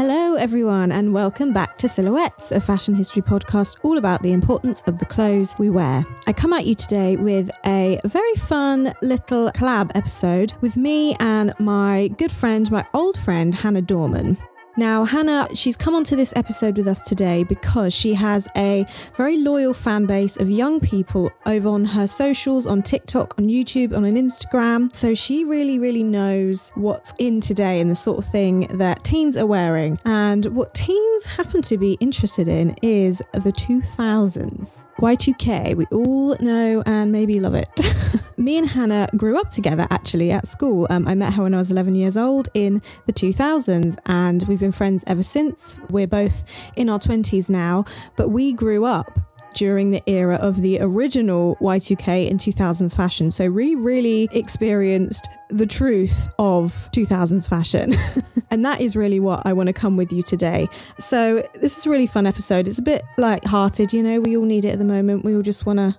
everyone, and welcome back to Silhouettes, a fashion history podcast all about the importance of the clothes we wear. I come at you today with a very fun little collab episode with me and my good friend, my old friend, Hannah Dorman. Now, Hannah, she's come onto this episode with us today because she has a very loyal fan base of young people over on her socials, on TikTok, on YouTube, on an Instagram. So she really, really knows what's in today and the sort of thing that teens are wearing. And what teens happen to be interested in is the 2000s. Y2K, we all know and maybe love it. Me and Hannah grew up together actually at school. Um, I met her when I was 11 years old in the 2000s, and we've been friends ever since. We're both in our 20s now, but we grew up during the era of the original Y2K and 2000s fashion. So we really experienced the truth of 2000s fashion. and that is really what I want to come with you today. So this is a really fun episode. It's a bit light-hearted, you know, we all need it at the moment. We all just want to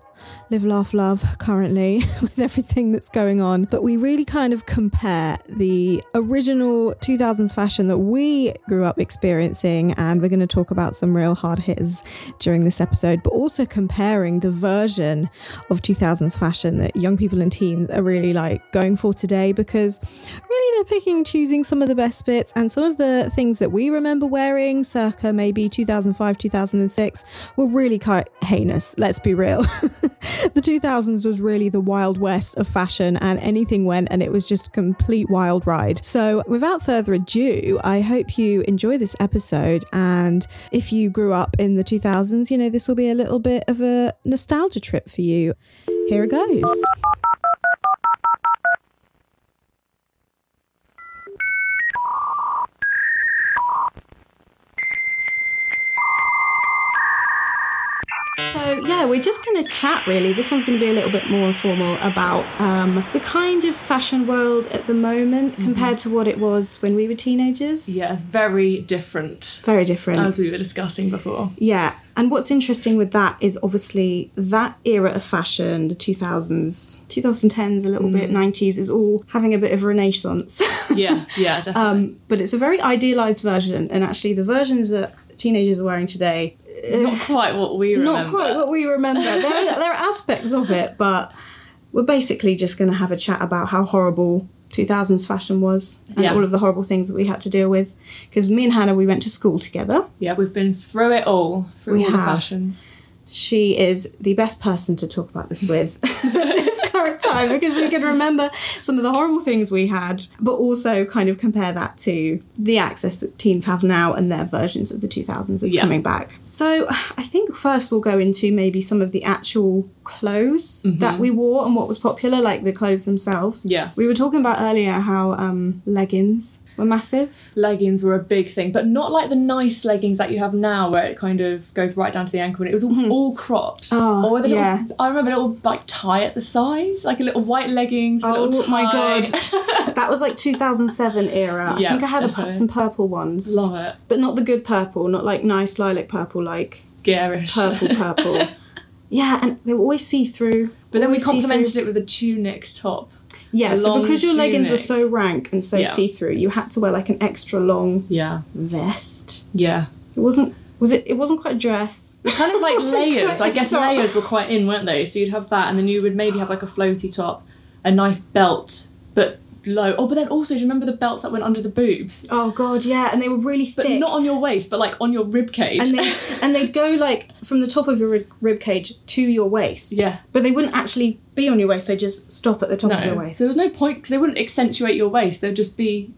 live, laugh, love currently with everything that's going on. But we really kind of compare the original 2000s fashion that we grew up experiencing, and we're going to talk about some real hard hitters during this episode, but also comparing the version of 2000s fashion that young people and teens are really like going for today because really they're picking and choosing some of the best bits and some of the things that we remember wearing circa maybe 2005, 2006 were really quite heinous, let's be real. the 2000s was really the wild west of fashion and anything went and it was just a complete wild ride. So, without further ado, I hope you enjoy this episode and if you grew up in the 2000s, you know, this will be a little bit of a nostalgia trip for you. Here it goes. So yeah, we're just going to chat. Really, this one's going to be a little bit more informal about um, the kind of fashion world at the moment compared to what it was when we were teenagers. Yeah, it's very different Very different. as we were discussing before. yeah, and what's interesting with that is obviously that era of fashion, the two thousands, two thousand tens, a little bit nineties, is all having a bit of renaissance. Mm. Yeah, yeah, definitely. um, but it's a very idealized version, and actually, the versions that teenagers are wearing today eh, not quite what we remember. not quite what we remember. There are, there are aspects of it, but we're basically just going to have a chat about how horrible 2000s fashion was and Yeah. all of the horrible things that we had to deal with. Because me and Hannah, we went to school together. Yeah, we've been through it all, through We all the have. fashions. She is the best person to talk about this with. at this current time because we can remember some of the horrible things we had but also kind of compare that to the access that teens have now and their versions of the 2000s that's Yeah. coming back so i think first we'll go into maybe some of the actual clothes that we wore and what was popular like the clothes themselves Mm-hmm. Yeah. we were talking about earlier how um, leggings were massive Leggings were a big thing, but not like the nice leggings that you have now, where it kind of goes right down to the ankle and it was all, all cropped. Oh, or with a little, yeah. I remember a little like tie at the side, like a little white leggings. With a little Oh my tie. god, that was like 2007 era. I Yeah, think I had a, pu- definitely. some purple ones. Love it, but not the good purple, not like nice lilac purple, like garish. purple purple. yeah, and they were always see through. but then we always see-through. complemented it with a tunic top. Yeah, a so long because your leggings were tunic. so rank and so Yeah. see through, you had to wear like an extra long Yeah, vest. yeah. It wasn't was it? It wasn't quite a dress. It's kind of like It's a layers. I great guess top. layers were quite in, weren't they? So you'd have that, and then you would maybe have like a floaty top, a nice belt, but low. Oh, but then also, do you remember the belts that went under the boobs? Oh god, yeah, and they were really But thick. not on your waist, but like on your rib cage. and they'd, and they'd go like from the top of your rib, rib cage to your waist. Yeah. But they wouldn't actually be on your waist, they just stop at the top of your no. waist. So there's no point because they wouldn't accentuate your waist. They'd just be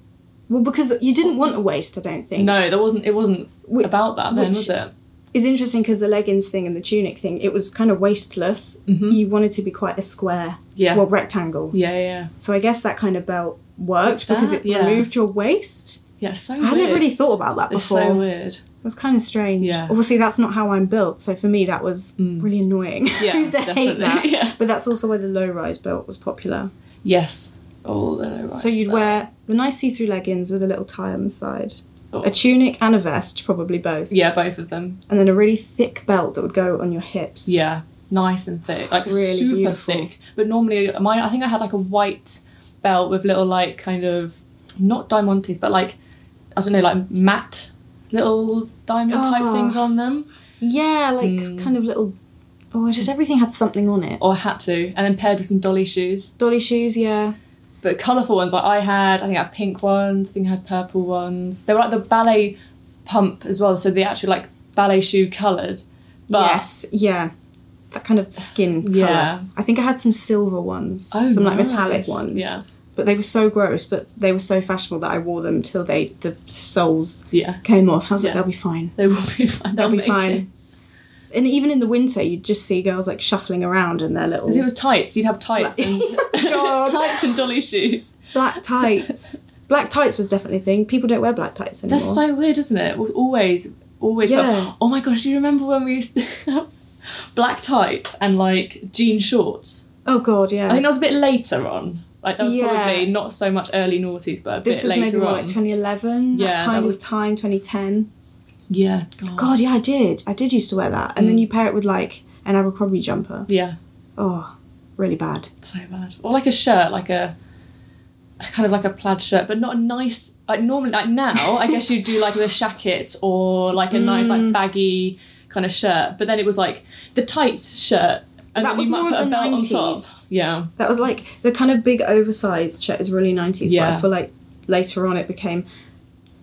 Well, because you didn't want a waist, I don't think. no. There wasn't. It wasn't Whi- about that then, which- was it? is interesting because the leggings thing and the tunic thing, it was kind of waistless. You wanted to be quite a square, Mm-hmm. Yeah. well, rectangle. yeah, yeah, yeah. So I guess that kind of belt worked Like because that, it yeah. removed your waist. Yeah, so I weird. never really thought about that it's before. so weird. It was kind of strange. Yeah. Mm. Obviously, that's not how I'm built. So for me, that was really annoying. Yeah, I used to hate definitely, that. yeah. But that's also why the low rise belt was popular. Yes. Oh, the right so you'd there. wear the nice see through leggings with a little tie on the side, Oh. a tunic and a vest, probably both, Yeah, both of them. and then a really thick belt that would go on your hips. Yeah, nice and thick, like Really super beautiful. thick. But normally, mine I think I had like a white belt with little like kind of not diamantes, but like I don't know, like matte little diamond type Oh. things on them. Yeah, like Mm. kind of little. Oh, just everything had something on it. Or Oh, I had to, and then paired with some dolly shoes. Dolly shoes, yeah. But colourful ones, like I had, I think I had pink ones, I think I had purple ones. They were like the ballet pump as well, so the actual like ballet shoe coloured. But yes, yeah. That kind of skin Yeah. color. I think I had some silver ones, Oh, some like nice. metallic ones. Yeah, But they were so gross, but they were so fashionable that I wore them till they the soles yeah, came off. I was like, Yeah. they'll be fine. they will be They'll, fine. They'll be make fine. it. And even in the winter, you'd just see girls like shuffling around in their little Because it was tights, you'd have tights and Oh, God. tights and dolly shoes. black tights. black tights was definitely a thing. People don't wear black tights anymore. That's so weird, isn't it? We've always, always. got- Yeah. oh my gosh, do you remember when we used to have black tights and like jean shorts? oh god, yeah. I think that was a bit later on. Like that was Yeah. probably not so much early noughties, but a this bit was later maybe more on. like 2011. Yeah, that that kind was- of time, 2010. yeah. God, yeah, I did. I did used to wear that, and then Mm. you pair it with like an Abercrombie jumper. Yeah. Oh, really bad. So bad. Or like a shirt, like a a kind of like a plaid shirt, but not a nice like normally like now, I guess you'd do like the shacket or like a nice like baggy kind of shirt. But then it was like the tight shirt and That then was you might more put of a the belt on 90s. top. Yeah. That was like the kind of big oversized shirt is really 90s. But I Yeah. feel like later on it became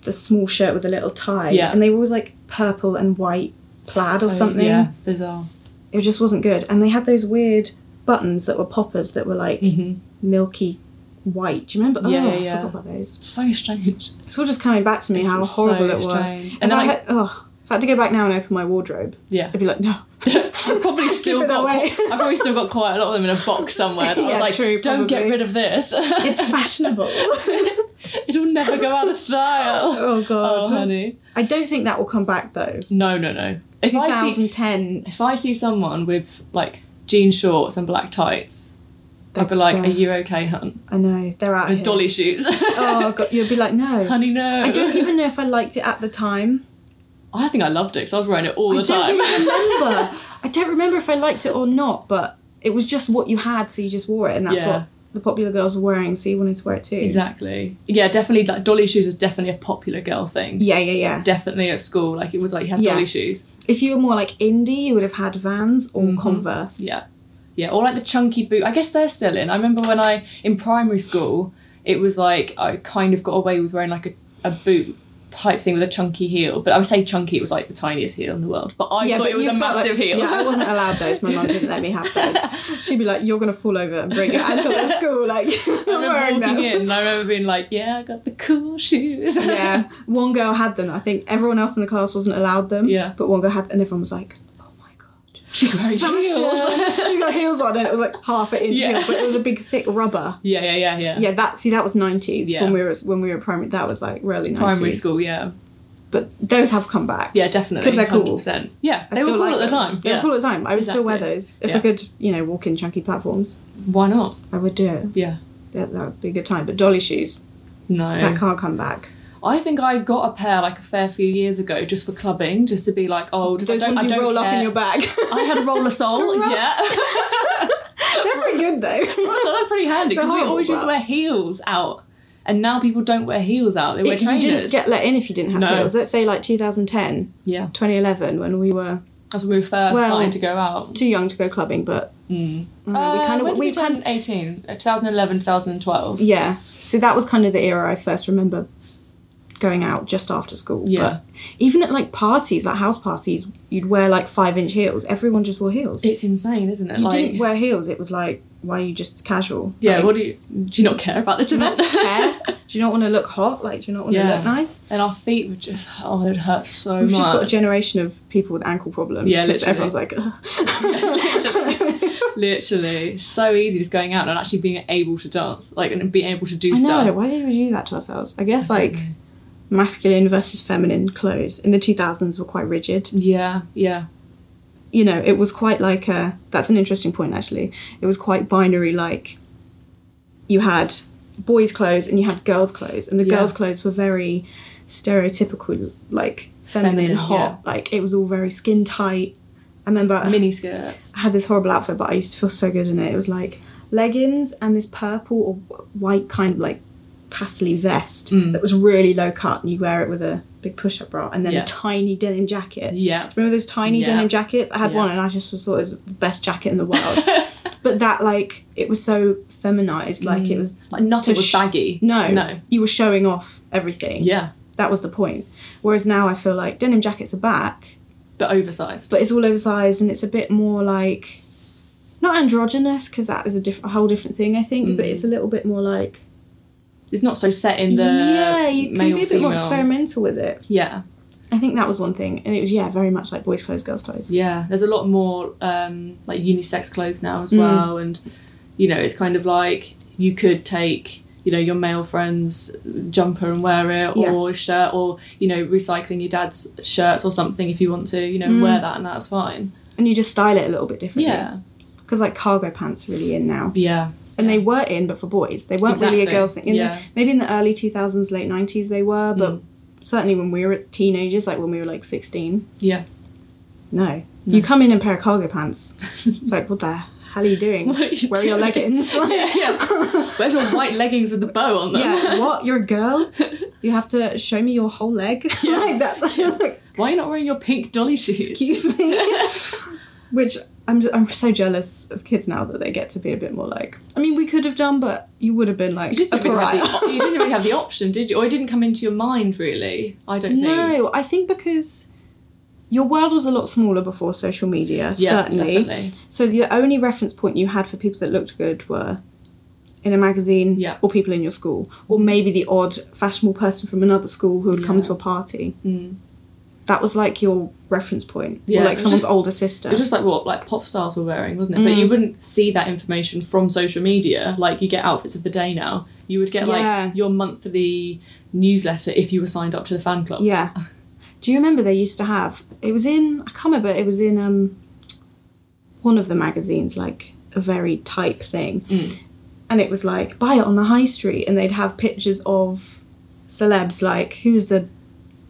the small shirt with a little tie. Yeah. And they were always like purple and white plaid or So, something. Yeah, bizarre. It just wasn't good. And they had those weird buttons that were poppers that were like hmm milky white. Do you remember? Yeah, oh, yeah, I yeah. forgot about those. So strange. It's all just coming back to me It's how so horrible it was. strange. And if, And then, I had, like- oh, if I had to go back now and open my wardrobe, Yeah. I'd be like, no. I've probably still it got away. I've probably still got quite a lot of them in a box somewhere. That I Yeah, was like, true, don't get probably. rid of this. It's fashionable. It'll never go out of style. oh, God. Oh, honey. I don't think that will come back, though. No, no, no. If I see 2010. if I see someone with like jean shorts and black tights, I'd be like, they're- "Are you okay, hun?" I know, they're out And here. dolly shoes. Oh, God. You'd be like, no. honey, no. I don't even know if I liked it at the time. I think I loved it because I was wearing it all I the don't time. really remember. I don't remember if I liked it or not, but it was just what you had, so you just wore it, and that's Yeah. what the popular girls were wearing, so you wanted to wear it too. exactly. Yeah, definitely. Like dolly shoes was definitely a popular girl thing. Yeah, yeah, yeah. Definitely at school, like it was like you had Yeah. dolly shoes. If you were more like indie, you would have had Vans or Mhm. Converse. Yeah. Yeah, or like the chunky boot. I guess they're still in. I remember when I in primary school, it was like I kind of got away with wearing like a, a boot type thing with a chunky heel. But I would say chunky, it was like the tiniest heel in the world. But I thought but it was you a felt massive like- heel. Yeah, I wasn't allowed those. My mum didn't let me have those. She'd be like, "You're gonna fall over and break your ankle at school." Like, I'm I remember wearing walking them. in and I remember being like, Yeah, I got the cool shoes. Yeah, one girl had them. I think everyone else in the class wasn't allowed them. Yeah. but one girl had, and everyone was like, "Oh my god, She's wearing heels. Fashion. she's got heels on," and it was like half an inch, Yeah. heel, but it was a big thick rubber. Yeah, yeah, yeah, yeah. Yeah, that see that was nineties Yeah. when we were when we were primary. That was like really nineties. Primary school, yeah. but those have come back. Yeah, definitely. 'Cause they're cool. 100%. Yeah, I they were still cool like at the them. time. They were yeah. cool at the time. I would still wear Exactly. those if I Yeah. could, you know, walk in chunky platforms. Why not? I would do it. Yeah. That, that would be a good time. But dolly shoes, No. that can't come back. I think I got a pair like a fair few years ago just for clubbing, just to be like, oh, just, Those I don't, ones I you don't roll care. up in your bag. I had a roller sole, Roll- yeah. They're pretty good though. so they're pretty handy because we horrible, always used to but- wear heels out, and now people don't wear heels out; they wear If you trainers. didn't get let in if you didn't have No. heels. Let's say like 2010, yeah, 2011, when we were that's when we were first Well- starting to go out. too young to go clubbing, but I don't know, we Uh, kind when of did we we kind turned 18, Uh, 2011, 2012. yeah. So that was kind of the era I first remember going out just after school. Yeah. But even at like parties, like house parties, you'd wear like five inch heels. Everyone just wore heels. It's insane, isn't it? you like, didn't wear heels. It was like, why are you just casual? yeah. Like, what do you do? You not care about this do you event? not care? Do you not want to look hot? Like, do you not want to Yeah. look nice? and our feet would just oh, they'd hurt so We've much. just got a generation of people with ankle problems. Yeah, 'cause literally. everyone's like, literally, literally, so easy just going out and actually being able to dance, like and being able to do I stuff. know. Why did we do that to ourselves? I guess I don't like know. masculine versus feminine clothes in the 2000s were quite rigid. yeah, yeah, You know, it was quite like a. That's an interesting point actually. It was quite binary. Like you had boys' clothes and you had girls' clothes, and the Yeah. girls' clothes were very stereotypical, like feminine, Feminine, hot. Like it was all very skin tight. I remember mini skirts. I had this horrible outfit, but I used to feel so good in it. It was like leggings and this purple or white kind of like pastely vest Mm. that was really low cut and you wear it with a big push up bra and then Yeah. a tiny denim jacket. Yeah. Remember those tiny Yeah. denim jackets? I had Yeah. one and I just was- thought it was the best jacket in the world. but that like it was so feminized, like it was Like nothing To was sh- baggy. no, Mm. No. You were showing off everything. Yeah. That was the point. Whereas now I feel like denim jackets are back, But oversized. but it's all oversized and it's a bit more like not androgynous because that is a, diff- a whole different thing I think, but it's a little bit more like It's not so set Mm. in the yeah, you can male, be a bit more female. experimental with it. Yeah. I think that was one thing, and it was yeah, very much like boys' clothes, girls' clothes. Yeah. There's a lot more um like unisex clothes now Mm. as well and you know, it's kind of like you could take you know your male friend's jumper and wear it Yeah. or shirt or you know recycling your dad's shirts or something if you want to you know Mm. wear that and that's fine And you just style it a little bit differently. yeah Because like cargo pants are really in now, yeah and they were in, but for boys, they weren't really a Exactly, girls' thing. In yeah. Mm. the, maybe in the early two thousands, late nineties, they were, but certainly when we were teenagers, like when we were like sixteen, yeah no, you come in in a pair of cargo pants, it's like what the hell are you doing? What are you Where are your doing? leggings? yeah, yeah. Where's your white leggings with the bow on them? Yeah, what? You're a girl. You have to show me your whole leg. Yeah. like that's Why are you not wearing your pink dolly shoes? excuse me which I'm, I'm so jealous of kids now that they get to be a bit more like i mean we could have done but you would have been like You just a didn't really, have the, pariah. you didn't really have the option, did you? Or it didn't come into your mind, really. I don't think. no i think because your world was a lot smaller before social media Yeah, certainly definitely. so the only reference point you had for people that looked good were in a magazine Yeah. or people in your school or maybe the odd fashionable person from another school who would come Yeah. to a party Mm. that was like your reference point Yeah, or it like was someone's just- older sister It was just like what like pop stars were wearing, wasn't it? But Mm. you wouldn't see that information from social media. Like you get outfits of the day now. You would get Yeah. like your monthly newsletter if you were signed up to the fan club. Yeah. Do you remember they used to have? It was in I can't remember. It was in um one of the magazines, like a very type thing, Mm. and it was like buy it on the high street, and they'd have pictures of celebs like who's the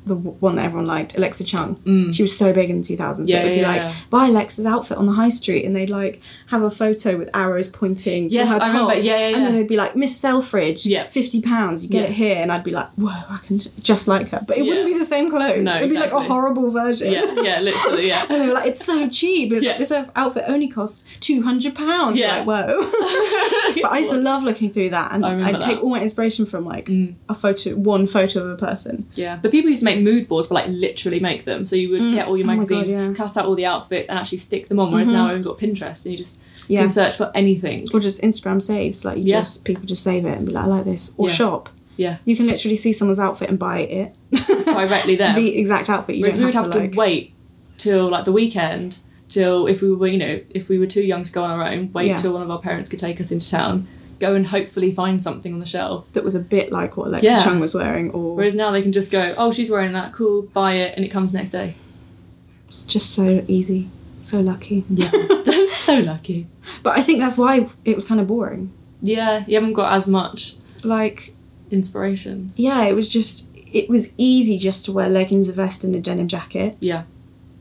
the w- one that everyone liked, Alexa Chung. She was so big in the two thousands. Mm. Yeah, it would be yeah, like yeah. buy Alexa's outfit on the high street, and they'd like have a photo with arrows pointing Yes, to her I top, remember. Yeah, yeah, and yeah. then they'd be like Miss Selfridge, Yeah. fifty pounds, you get Yeah. it here, and I'd be like, whoa, I can j- just like her, but it wouldn't Yeah. be the same clothes. No, It'd be like exactly. a horrible version. Yeah, yeah, literally, yeah. And they were like, it's so cheap. It's Yeah. like, this outfit only costs two hundred pounds. Yeah. Like, whoa. but I used to love looking through that, and I remember I'd take that. Mm. all my inspiration from like a photo, one photo of a person. Yeah, but people used to make mood boards, but like literally make them. So you would get all your Oh my God, magazines, yeah. Mm-hmm. cut out all the outfits, and actually stick them on. Whereas now we've got Pinterest, and you just Yeah. can search for anything. Or just Instagram saves, like you Yeah. just people just save it and be like, I like this. Or Yeah. shop. Yeah, You can literally see someone's outfit and buy it. directly there. the exact outfit you Whereas don't we would have, have to, like. wait till like the weekend, till if we were you know if we were too young to go on our own, wait Yeah. till one of our parents could take us into town, go and hopefully find something on the shelf. That was a bit like what Alexa Yeah. Chung was wearing, or Whereas now they can just go, oh, she's wearing that, cool, buy it, and it comes next day. it's just so easy, so lucky. Yeah, so lucky. But I think that's why it was kind of boring. Yeah, you haven't got as much Like, inspiration. yeah, it was just it was easy just to wear leggings, a vest, and a denim jacket Yeah,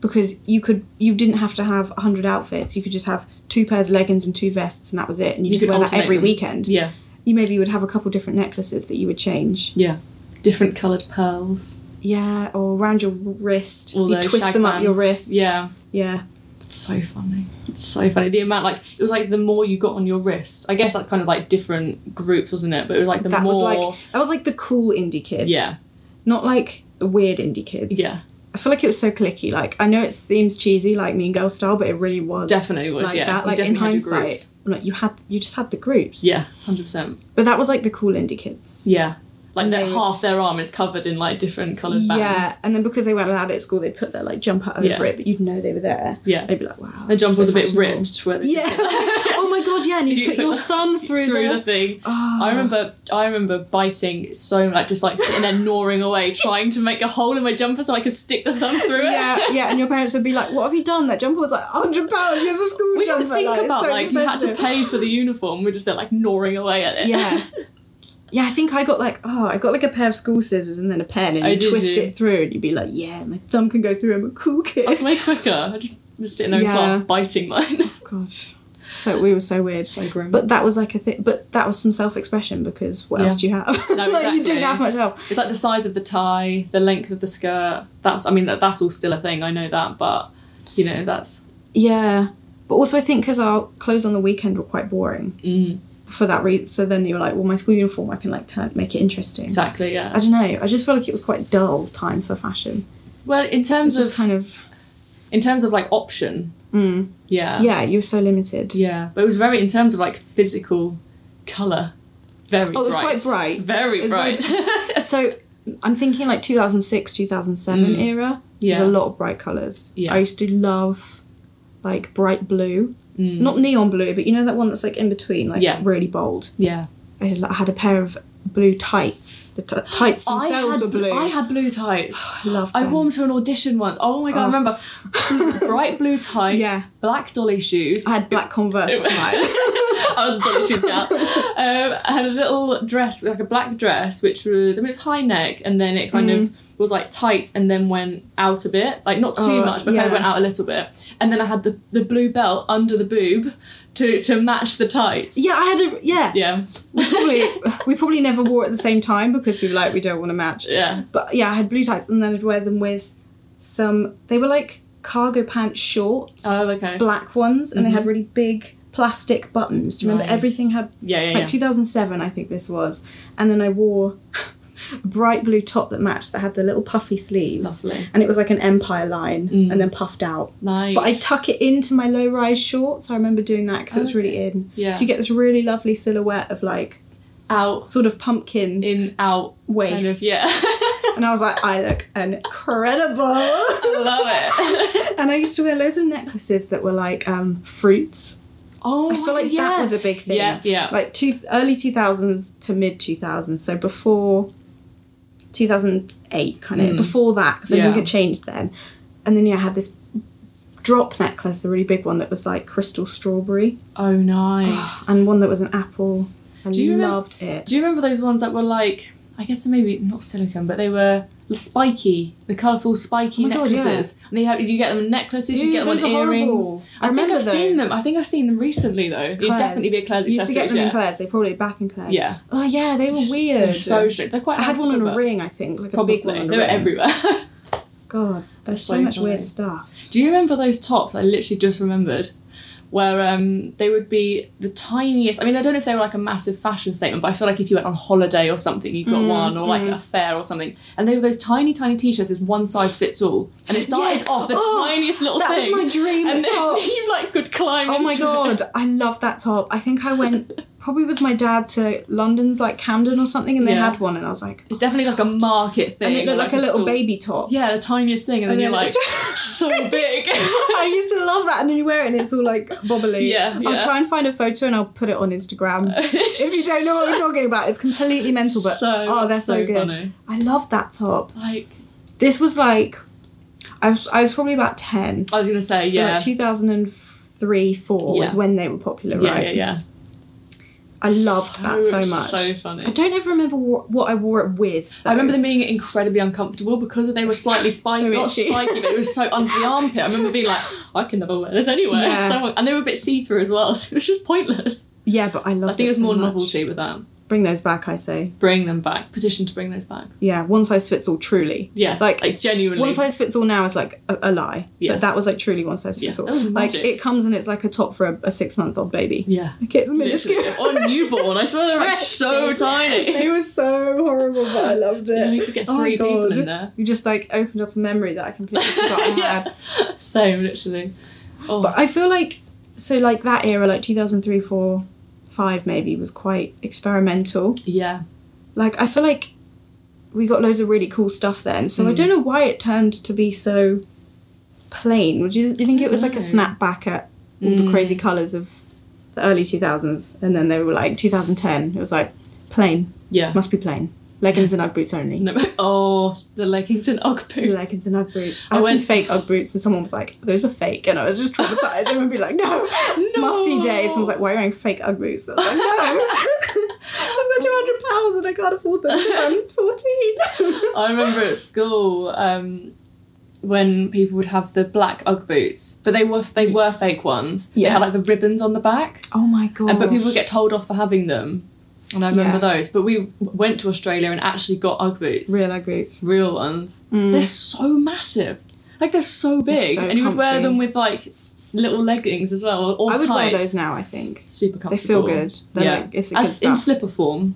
because you could you didn't have to have hundred outfits. You could just have two pairs of leggings and two vests, and that was it. And you, You just could wear that alternate every them. weekend. yeah, You maybe would have a couple different necklaces that you would change. yeah. Different coloured pearls. Yeah, or around your wrist, All you those twist shag them up your bands. wrist. Yeah. yeah, So funny. It's so funny. The amount, like, it was like the more you got on your wrist. I guess that's kind of like different groups, wasn't it? But it was like the that more. was like that was like the cool indie kids. Yeah. not like the weird indie kids. Yeah. I feel like it was so clicky. Like I know it seems cheesy, like Mean Girl style, but it really was. Definitely was, like yeah. that. You Like in definitely had your hindsight, groups. like you had you just had the groups. Yeah, 100%. But that was like the cool indie kids. Yeah. Like And that they half would- their arm is covered in like different coloured bands. Yeah, and then because they weren't allowed at school, they'd put their like jumper over Yeah. it, but you'd know they were there. Yeah. They'd be like, wow. The jumper so was a bit fashionable. ripped. Where they just Yeah. oh my god, yeah, and you, You put, put your the- thumb through, Through the. the thing, Oh. I remember. I remember biting so like just like sitting there gnawing away, trying to make a hole in my jumper so I could stick the thumb through it. Yeah, yeah, and your parents would be like, "What have you done? That jumper was like hundred pounds. It's a school we jumper. didn't think like, it's about so like you had expensive." to pay for the uniform. We're just there like gnawing away at it. yeah yeah i think i got like oh i got like a pair of school scissors and then a pen and Oh, you did twist you? it through and you'd be like yeah my thumb can go through i'm a cool kid That's way quicker. I just was sitting there in Yeah. class biting mine. gosh So we were so weird. So grim. But that was like a thing. But that was some self-expression because what Yeah. else do you have? like you exactly. didn't have much help. It's like the size of the tie, the length of the skirt. That's I mean that, that's all still a thing. I know that, but you know that's Yeah, but also I think because our clothes on the weekend were quite boring mm, for that reason. So then you were like, well, my school uniform, I can like turn make it interesting. exactly I yeah. don't know. I just felt like it was quite dull time for fashion. Well, in It was terms just of kind of in terms of like option, mm, yeah, yeah. You were so limited. yeah. But it was very in terms of like physical color, very. Oh, it was bright. quite bright. Very It was very bright. So I'm thinking like 2006, 2007 Mm. era. yeah. There's a lot of bright colours. Yeah. I used to love like bright blue, Mm. not neon blue, but you know that one that's like in between, like Yeah. really bold. yeah. I had, I had a pair of blue tights. The t- tights themselves had were blue. I had blue tights. I loved I them. wore them to an audition once. Oh my god, I Oh. remember bright blue tights, Yeah. black dolly shoes. I had black Converse. It- at the time. I was a dolly shoes gal. Um, I had a little dress, like a black dress, which was I mean it was high neck, and then it kind Mm. of was like tight, and then went out a bit, like not too Oh, much, but kind yeah. of went out a little bit. And then I had the, the blue belt under the boob to to match the tights. yeah, I had a yeah. Yeah, We probably we probably never wore it at the same time because we were like we don't want to match. yeah. But yeah, I had blue tights and then I'd wear them with some. They were like cargo pants shorts. Oh, okay. Mm-hmm. black ones and they had really big plastic buttons. Do you remember Nice. everything had Yeah, yeah, like yeah. 2007 I think this was. And then I wore a bright blue top that matched that had the little puffy sleeves. Lovely. And it was like an empire line Mm. and then puffed out. Nice. Oh, But I tuck it into my low rise shorts. I remember doing that because it was really in. Yeah. So you get this really lovely silhouette of like out sort of pumpkin in out waist. kind of yeah. And I was like, I look incredible. Love it. and I used to wear loads of necklaces that were like um, fruits. Oh, I feel like yeah. that was a big thing. Oh, Yeah, yeah. Like two early two thousands to mid two thousands, so before two thousand eight, kind of Mm. before that, because Yeah. everything had changed then. And then yeah, I had this drop necklace, a really big one that was like crystal strawberry, oh, nice. and one that was an apple. I Do you remem- loved it. Do you remember those ones that were like, I guess maybe not silicone, but they were spiky, the colourful spiky Oh my God, necklaces. yeah. And they had, you get them in necklaces, you Ew, get them those on are horrible. earrings. I, remember think I've seen those. them. I think I've seen them recently though. You'd Claire's. definitely be a Claire's You used to get accessories. them in Yeah. Claire's. They probably back in Claire's. yeah. Oh yeah, they were weird. They're so strict. They're quite. I had nice one on colour, a but ring, I think, like Probably. a big one. On they a were ring. everywhere. God, there's so, so much funny. weird stuff. Do you remember those tops? I literally just remembered. Where um, they would be the tiniest. I mean, I don't know if they were like a massive fashion statement, but I feel like if you went on holiday or something, you got Mm, one, or like mm. a fair or something. And they were those tiny, tiny t-shirts, is one size fits all, and it started Yes. off the Oh, tiniest little That thing, was my dream and then top. you like could climb. Oh my into it. god, I love that top. I think I went probably with my dad to London's like Camden or something, and they Yeah. had one, and I was like, It's definitely like a market and thing, it or looked like, a little store- baby top. Yeah, the tiniest thing, and then you're like it was- so big. I used to love that, and then you wear it, and it's all like bobbly. Yeah, I'll yeah. try and find a photo, and I'll put it on Instagram. if you don't know what we're talking about, it's completely mental, but so, oh, they're so, good. Funny. I love that top. Like This was like, I was I was probably about ten, I was gonna say, so yeah, like two thousand and three, four Yeah. is when they were popular, yeah, right? yeah, yeah. I loved that so much. So funny. I don't ever remember what, what I wore it with. I remember them being incredibly uncomfortable because they were slightly spiky, So not itchy. spiky, but it was so under the armpit. I remember being like, I can never wear this anywhere. Yeah. So- and they were a bit see through as well, so it was just pointless. Yeah, but I loved. I think it there's so more much. novelty with that. Bring those back, I say. Bring them back. Petition to bring those back. Yeah, one size fits all. Truly, Yeah, Like, like, genuinely. one size fits all now is like a, a lie. Yeah. But that was like truly one size Yeah, fits all. that was Like magic. it comes and it's like a top for a, a six month old baby. yeah. Like it's minuscule. Literally. Or newborn. I swear they were like so Stretches. They tiny. were so horrible, but I loved You, know, it. you could get Oh my three people God. in there. You just like opened up a memory that I completely forgot I had. yeah. Same, literally. Oh, But I feel like so like that era, like two thousand three, four, five, maybe was quite experimental. yeah. Like I feel like we got loads of really cool stuff then. So I Mm. don't know why it turned to be so plain. Would you, do you think it was like a Dunno. snapback at all the Mm. crazy colours of the early two thousands, and then they were like two thousand ten. It was like plain, Yeah. must be plain, leggings and UGG boots only. No, oh, the leggings and Ugg boots. Leggings and UGG boots. I, I had went- some fake UGG boots, and someone was like, "Those were fake," and I was just traumatized. Everyone would be like, "No, mufti day. Someone was like, "Why are you wearing fake UGG boots?" I was like, "No, those are two hundred pounds, and I can't afford them. 'cause I'm fourteen. I remember at school, um, when people would have the black UGG boots, but they were they were fake ones. They Yeah. had like the ribbons on the back, Oh my god! and but people would get told off for having them. And I remember Yeah. those. But we went to Australia and actually got UGG boots, real Mm. leg boots. real ones. They're so massive, like they're so They're big, so and you would wear comfy. them with like little leggings as well, or, or I would tights. wear those now. I think Super they comfortable. feel good. They're Yeah. like it's a good As in stuff. slipper form,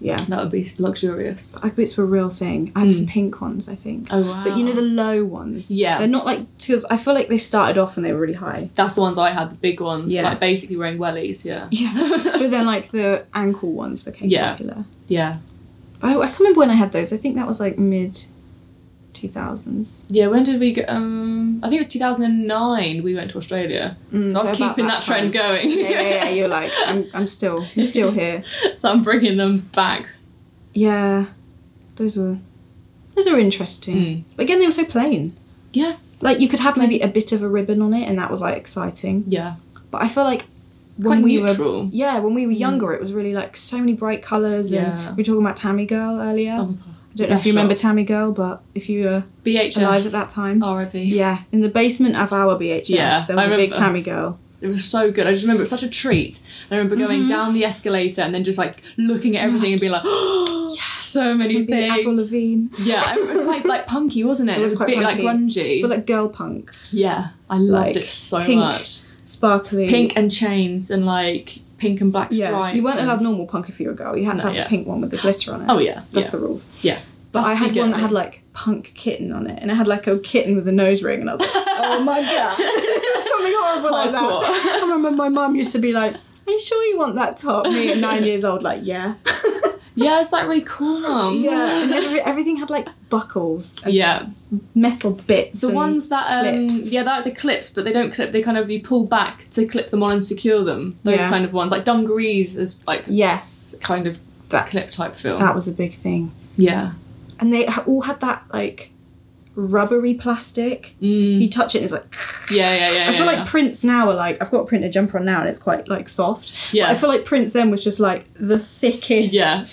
yeah, that would be luxurious. UGG boots were a real thing. I had some Mm. pink ones. I think. Oh wow! But you know the low ones. Yeah. they're not like because I feel like they started off and they were really high. That's the ones I had, the big ones. Yeah. Like basically wearing wellies, yeah. Yeah, but then like the ankle ones became Yeah. popular. Yeah. But I, I can't remember when I had those. I think that was like mid two thousands. Yeah, when did we go? Um, I think it was 2009 we went to Australia. Mm, so I was keeping that, trend going. yeah, yeah, yeah. You're like I'm. I'm still. I'm still here. so I'm bringing them back. Yeah, those were those were interesting. Mm. But again, they were so plain. Yeah. Like you could have maybe a bit of a ribbon on it, and that was like exciting. Yeah. But I feel like when Quite we were neutral. yeah, when we were Mm. younger, it was really like so many bright colours, Yeah. and we were talking about Tammy Girl earlier. Oh my god. I don't know if you Best remember shot. Tammy Girl, but if you were BHS. alive at that time, RIP. yeah, in the basement of our BHS, Yeah, there was I a big remember. Tammy Girl. It was so good. I just remember it was such a treat. I remember going down the escalator and then just like looking at everything and being like, oh, so many Maybe things. Avril Lavigne, yeah, it was quite like punky, wasn't it? It was a quite bit like punky. grungy. but like girl punk, yeah, I loved like, it so pink. much. sparkly, pink and chains and like pink and black stripes. Yeah, you weren't and- allowed normal punk if you were a girl. You had No, to have yeah. a pink one with the glitter on it. Oh yeah, that's yeah. the rules. yeah. But I That's had too one that girly. had like punk kitten on it, and it had like a kitten with a nose ring, and I was like, oh my god, It was something horrible like that. Hardcore. I remember my mum used to be like, are you sure you want that top? Me at nine years old, like yeah, yeah, it's like really cool, mum. yeah. And every, everything had like buckles and Um, Yeah, metal bits. the and- ones that um, clips. yeah, that are the clips, but they don't clip. They kind of you pull back to clip them on and secure them. Those Yeah. kind of ones, like dungarees, is like Yes, kind of That- clip type film. that was a big thing, yeah, and they ha- all had that like rubbery plastic. mm. You touch it, and it's like. yeah, yeah, yeah. I yeah, feel yeah. like prints now are like I've got a printed jumper on now and it's quite like soft. Yeah. But I feel like prints then was just like the thickest, yeah,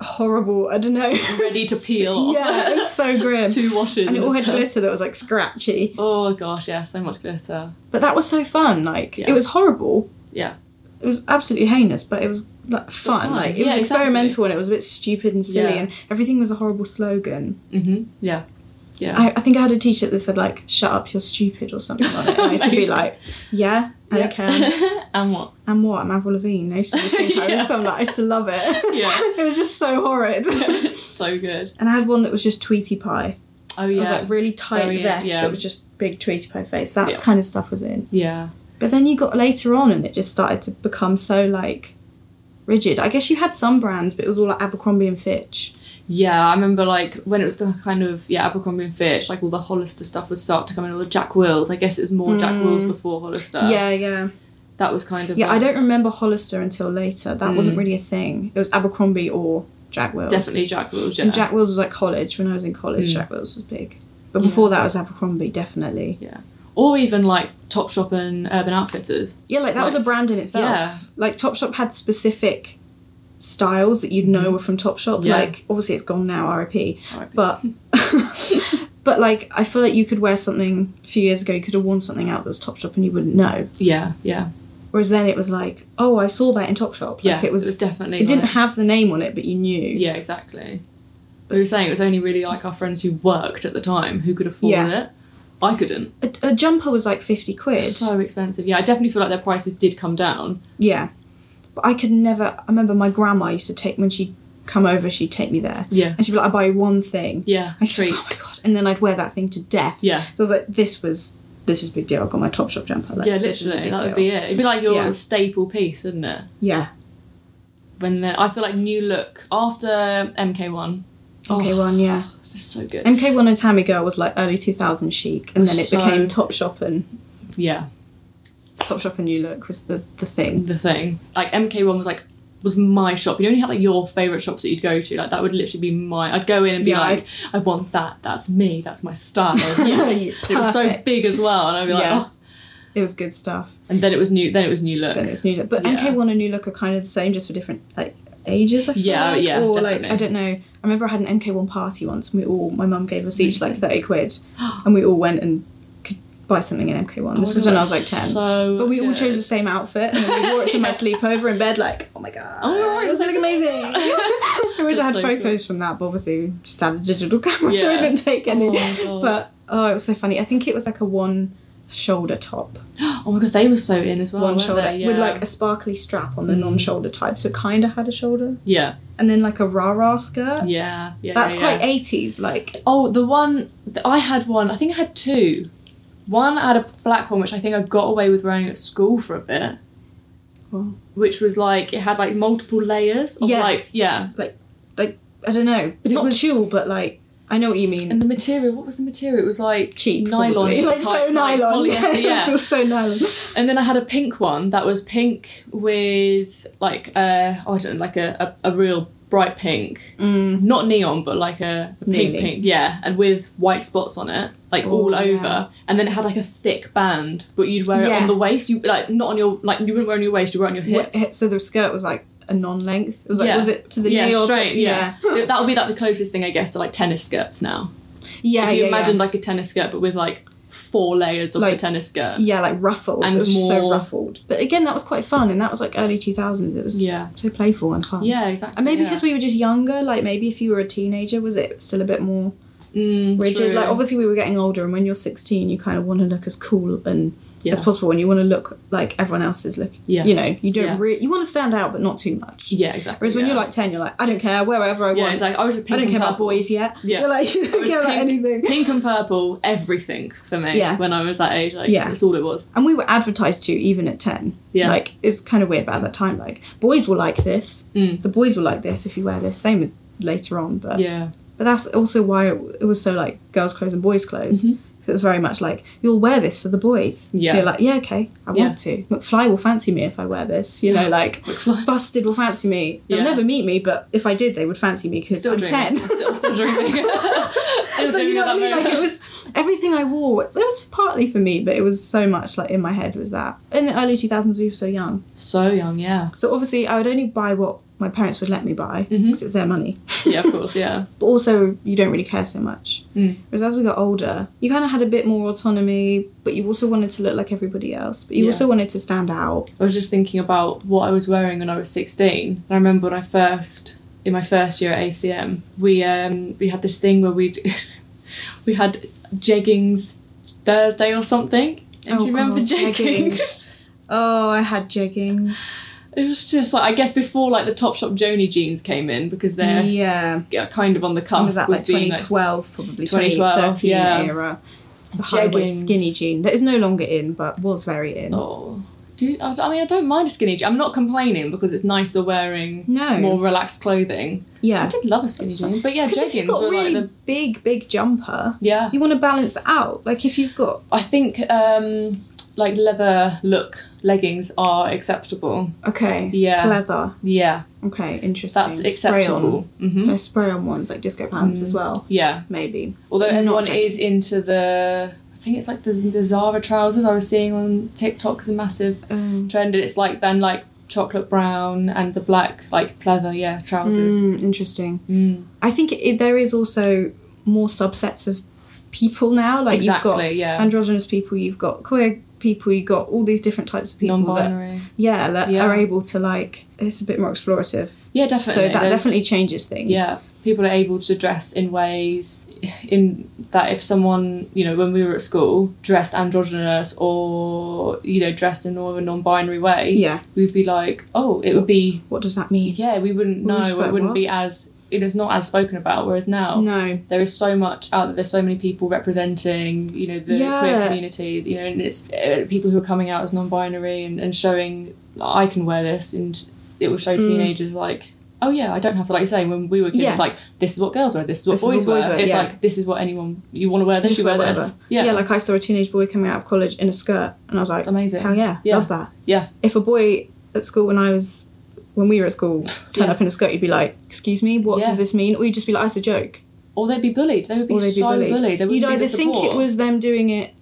horrible. I don't know, Ready to peel off. yeah, it was so grim. two washes. and it all had stuff. glitter that was like scratchy. Oh gosh, yeah, so much glitter. But that was so fun. Like Yeah. it was horrible. Yeah. It was absolutely heinous, but it was like fun. fun. Like it Yeah, was exactly. experimental and it was a bit stupid and silly Yeah. and everything was a horrible slogan. Mhm. Yeah. Yeah. I, I think I had a t-shirt that said like "Shut up, you're stupid" or something on it. And I used to be Amazing. like, "Yeah, I Yep. can." and what? And what? I'm Avril Lavigne. I used to just think I Yeah. was some like, I used to love it. Yeah. it was just so horrid. so good. and I had one that was just Tweety Pie. Oh It yeah. was like really tight Very, vest yeah. that was just big Tweety Pie face. That Yeah. kind of stuff was in. yeah. But then you got later on and it just started to become so like rigid. I guess you had some brands, but it was all like Abercrombie and Fitch. Yeah, I remember like when it was the kind of yeah Abercrombie and Fitch, like all the Hollister stuff would start to come in, all the Jack Wills. I guess it was more Jack Wills before Hollister. Hmm. yeah, yeah. that was kind of Yeah, I like, don't remember Hollister until later. Hmm. That wasn't really a thing. It was Abercrombie or Jack Wills. definitely Jack Wills. Yeah, Hmm. And Jack Wills was like college. When I was in college, Jack Wills was big. But before that was Abercrombie, definitely. yeah, or even like Topshop and Urban Outfitters. Yeah, like that was a Like- brand in itself. Yeah. Like Topshop had specific styles that you'd know were from Topshop. Hmm. Yeah. Like obviously it's gone now, RIP. RIP. But but like I feel like you could wear something a few years ago, you could have worn something out that was Topshop and you wouldn't know. Yeah, yeah, Whereas then it was like, oh, I saw that in Topshop. Like yeah. it was, definitely. it didn't like- have the name on it, but you knew. yeah, exactly. But we were saying it was only really like our friends who worked at the time who could afford Yeah. it. I couldn't. A, a jumper was like fifty quid. So expensive. Yeah, I definitely feel like their prices did come down. Yeah. But I could never. I remember my grandma used to take, when she'd come over, she'd take me there. Yeah, And she'd be like, I buy one thing. yeah. I treat. Treat. Oh my God. And then I'd wear that thing to death. Yeah. So I was like, this was, this is a big deal. I got my Topshop jumper. Like, Yeah, this is a big literally, that deal. would be it. It'd be like your Yeah. staple piece, wouldn't it? Yeah. When the, I feel like new look after MK1, Oh. MK1, yeah. just so good. MK1 and Tammy Girl was like early 2000 chic. And then it So- became Topshop and yeah, Topshop and New Look was the, the thing. the thing. Like MK1 was like was my shop. You know, when you had like your favorite shops that you'd go to. Like that would literally be my. I'd go in and be Yeah, like, I want that. That's me. That's my style. Yes. it was so Perfect. big as well, and I'd be like, Yeah. oh. It was good stuff. And then it was new. Then it was new look. Then it's New Look. But Yeah. MK1 and New Look are kind of the same, just for different, like, ages. I feel Yeah, like. yeah, or definitely. like I don't know. I remember I had an MK1 party once, and we all my mum gave us each like Amazing. Oh thirty quid, and we all went and could buy something in MK1. This was when I was like ten. So but we all good. chose the same outfit and then we wore it to my sleepover in bed, like, oh my god. Oh my God, it's like that's amazing. I wish That's I had so photos from that, but obviously just had a digital camera, so I Yeah. didn't take any. Oh my God. but oh, it was so funny. I think it was like a one shoulder top, Oh my god, they were so in as well. one weren't shoulder, they? Yeah. with like a sparkly strap on the Mm. non shoulder type, so it kind of had a shoulder. yeah, And then like a rah rah skirt. yeah, yeah. That's yeah, yeah. quite 80s, like. Oh, the one th- I had one. I think I had two. One I had a black one, which I think I got away with wearing at school for a bit. Wow. Which was like it had like multiple layers of Yeah. like yeah, I don't know, But it not was- tulle, but like I know what you mean. and the material. What was the material? It was like Cheap, nylon, probably. like so type, like, nylon. polyester, yeah, yeah. it was so nylon. And then I had a pink one that was pink with like uh oh, I don't know like a, a, a real bright pink, Mm. not neon but like a, a pink Nearly. pink yeah, and with white spots on it like Oh, all over. yeah. And then it had like a thick band, but you'd wear it Yeah. on the waist. You like not on your like you wouldn't wear it on your waist. You wear it on your What- hips. So the skirt was like a non-length. It was like Yeah. was it to the knee yeah, or straight. to, Yeah, yeah, that would be like the closest thing I guess to like tennis skirts now. yeah. if you yeah, imagine like a tennis skirt but with like four layers of Like- the tennis skirt. yeah, like ruffles And it was just so more- ruffled. But again, that was quite fun, and that was like early two thousands. It was Yeah. so playful and fun. Yeah, exactly. And maybe yeah. because we were just younger, like maybe if you were a teenager, was it still a bit more Mm, rigid? true. Like obviously we were getting older, and when you're 16, you kind of want to look as cool and Yeah. as possible, and you want to look like everyone else is looking. Yeah. You know, you don't Yeah. really you want to stand out, but not too much. yeah, exactly. Whereas when yeah. you're like 10, you're like I don't care wherever I Yeah, want. it's like I was just I pink don't and care about purple. boys yet. Yeah. You're like, you I don't was care about pink, anything. Pink and purple, everything for me. Yeah. When I was that age, like Yeah. that's all it was. And we were advertised to even at 10. Yeah. Like, it's kind of weird about that time. Like, boys will like this. Mm. The boys will like this if you wear this. Same with later on. But, Yeah. but that's also why it, it was so like girls' clothes and boys' clothes. It was very much like, you'll wear this for the boys. Mm-hmm. Yeah. You're like, yeah, okay, I Yeah. want to. McFly will fancy me if I wear this. You know, like, McFly. Busted will fancy me. They'll Yeah. never meet me, but if I did, they would fancy me because Still I'm 10. dreaming. Still, still dreaming. still but you dreaming know of what I that mean? Like moment. it was everything I wore. It was partly for me, but it was so much like in my head was that. In the early two thousands, we were so young, so young, yeah. so obviously I would only buy what my parents would let me buy because Mhm. it's their money. Yeah, of course, yeah. But also, you don't really care so much. Mm. Whereas as we got older, you kind of had a bit more autonomy, but you also wanted to look like everybody else. But you Yeah. also wanted to stand out. I was just thinking about what I was wearing when I was 16. And I remember when I first, in my first year at ACM, we um, we had this thing where we would we had jeggings Thursday or something. And do you Oh, remember God, jeggings? jeggings. Oh, I had jeggings. It was just like I guess before like the Topshop Joni jeans came in because they're s- Yeah. yeah, kind of on the When cusp was that with like being like 2012 probably 2012, 2013 yeah. era the high waist Jeggings. skinny jean that is no longer in but was very in oh do you- I I mean I don't mind a skinny jean. I'm not complaining because it's nicer wearing No. more relaxed clothing. I yeah did love a skinny jean, but yeah, because if you've jeggings got were really like the big big jumper yeah. you want to balance it out like if you've got I think um like leather look leggings are acceptable. okay Yeah. leather Yeah, okay interesting that's spray acceptable. Mm. on hmm no spray on ones like disco pants as well Yeah. maybe Although Not everyone jeggings. is into the, I think it's like the, the Zara trousers I was seeing on TikTok is a massive um, trend, and it's like then like chocolate brown and the black like pleather yeah trousers. mm, interesting Mm. I think it, there is also more subsets of people now. Like you've Exactly, got yeah. androgynous people, you've got queer people, you've got all these different types of people that Non-binary. yeah that Yeah. are able to like it's a bit more explorative. yeah, definitely. So that There's- definitely changes things. Yeah, people are able to dress in ways in that if someone you know when we were at school dressed androgynous or you know dressed in more of a non-binary way, Yeah. we'd be like, oh, it would be What does that mean? yeah, we wouldn't We'll just know. like, It wouldn't what? be as it is not as spoken about. Whereas now. No. there is so much out there. There's so many people representing, you know, the queer Yeah. community. You know, and it's uh, people who are coming out as non-binary and, and showing I can wear this, and it will show teenagers like, oh yeah, I don't have to like you say when we were kids. Mm. Yeah. like this is what girls wear, this is what This is boys what wear. boys wear, It's yeah. like this is what anyone you want to wear. This Just you wear wear whatever. this. Yeah, yeah, like I saw a teenage boy coming out of college in a skirt, and I was like, amazing. Hell Oh, yeah, Yeah. love that. Yeah. If a boy at school when I was when we were at school turned Yeah. up in a skirt, you'd be like, "Excuse me, what Yeah. does this mean?" Or you'd just be like, "It's a joke." Or they'd be bullied. They would be or they'd be so bullied. bullied. They would You'd be either the think it support. was them doing it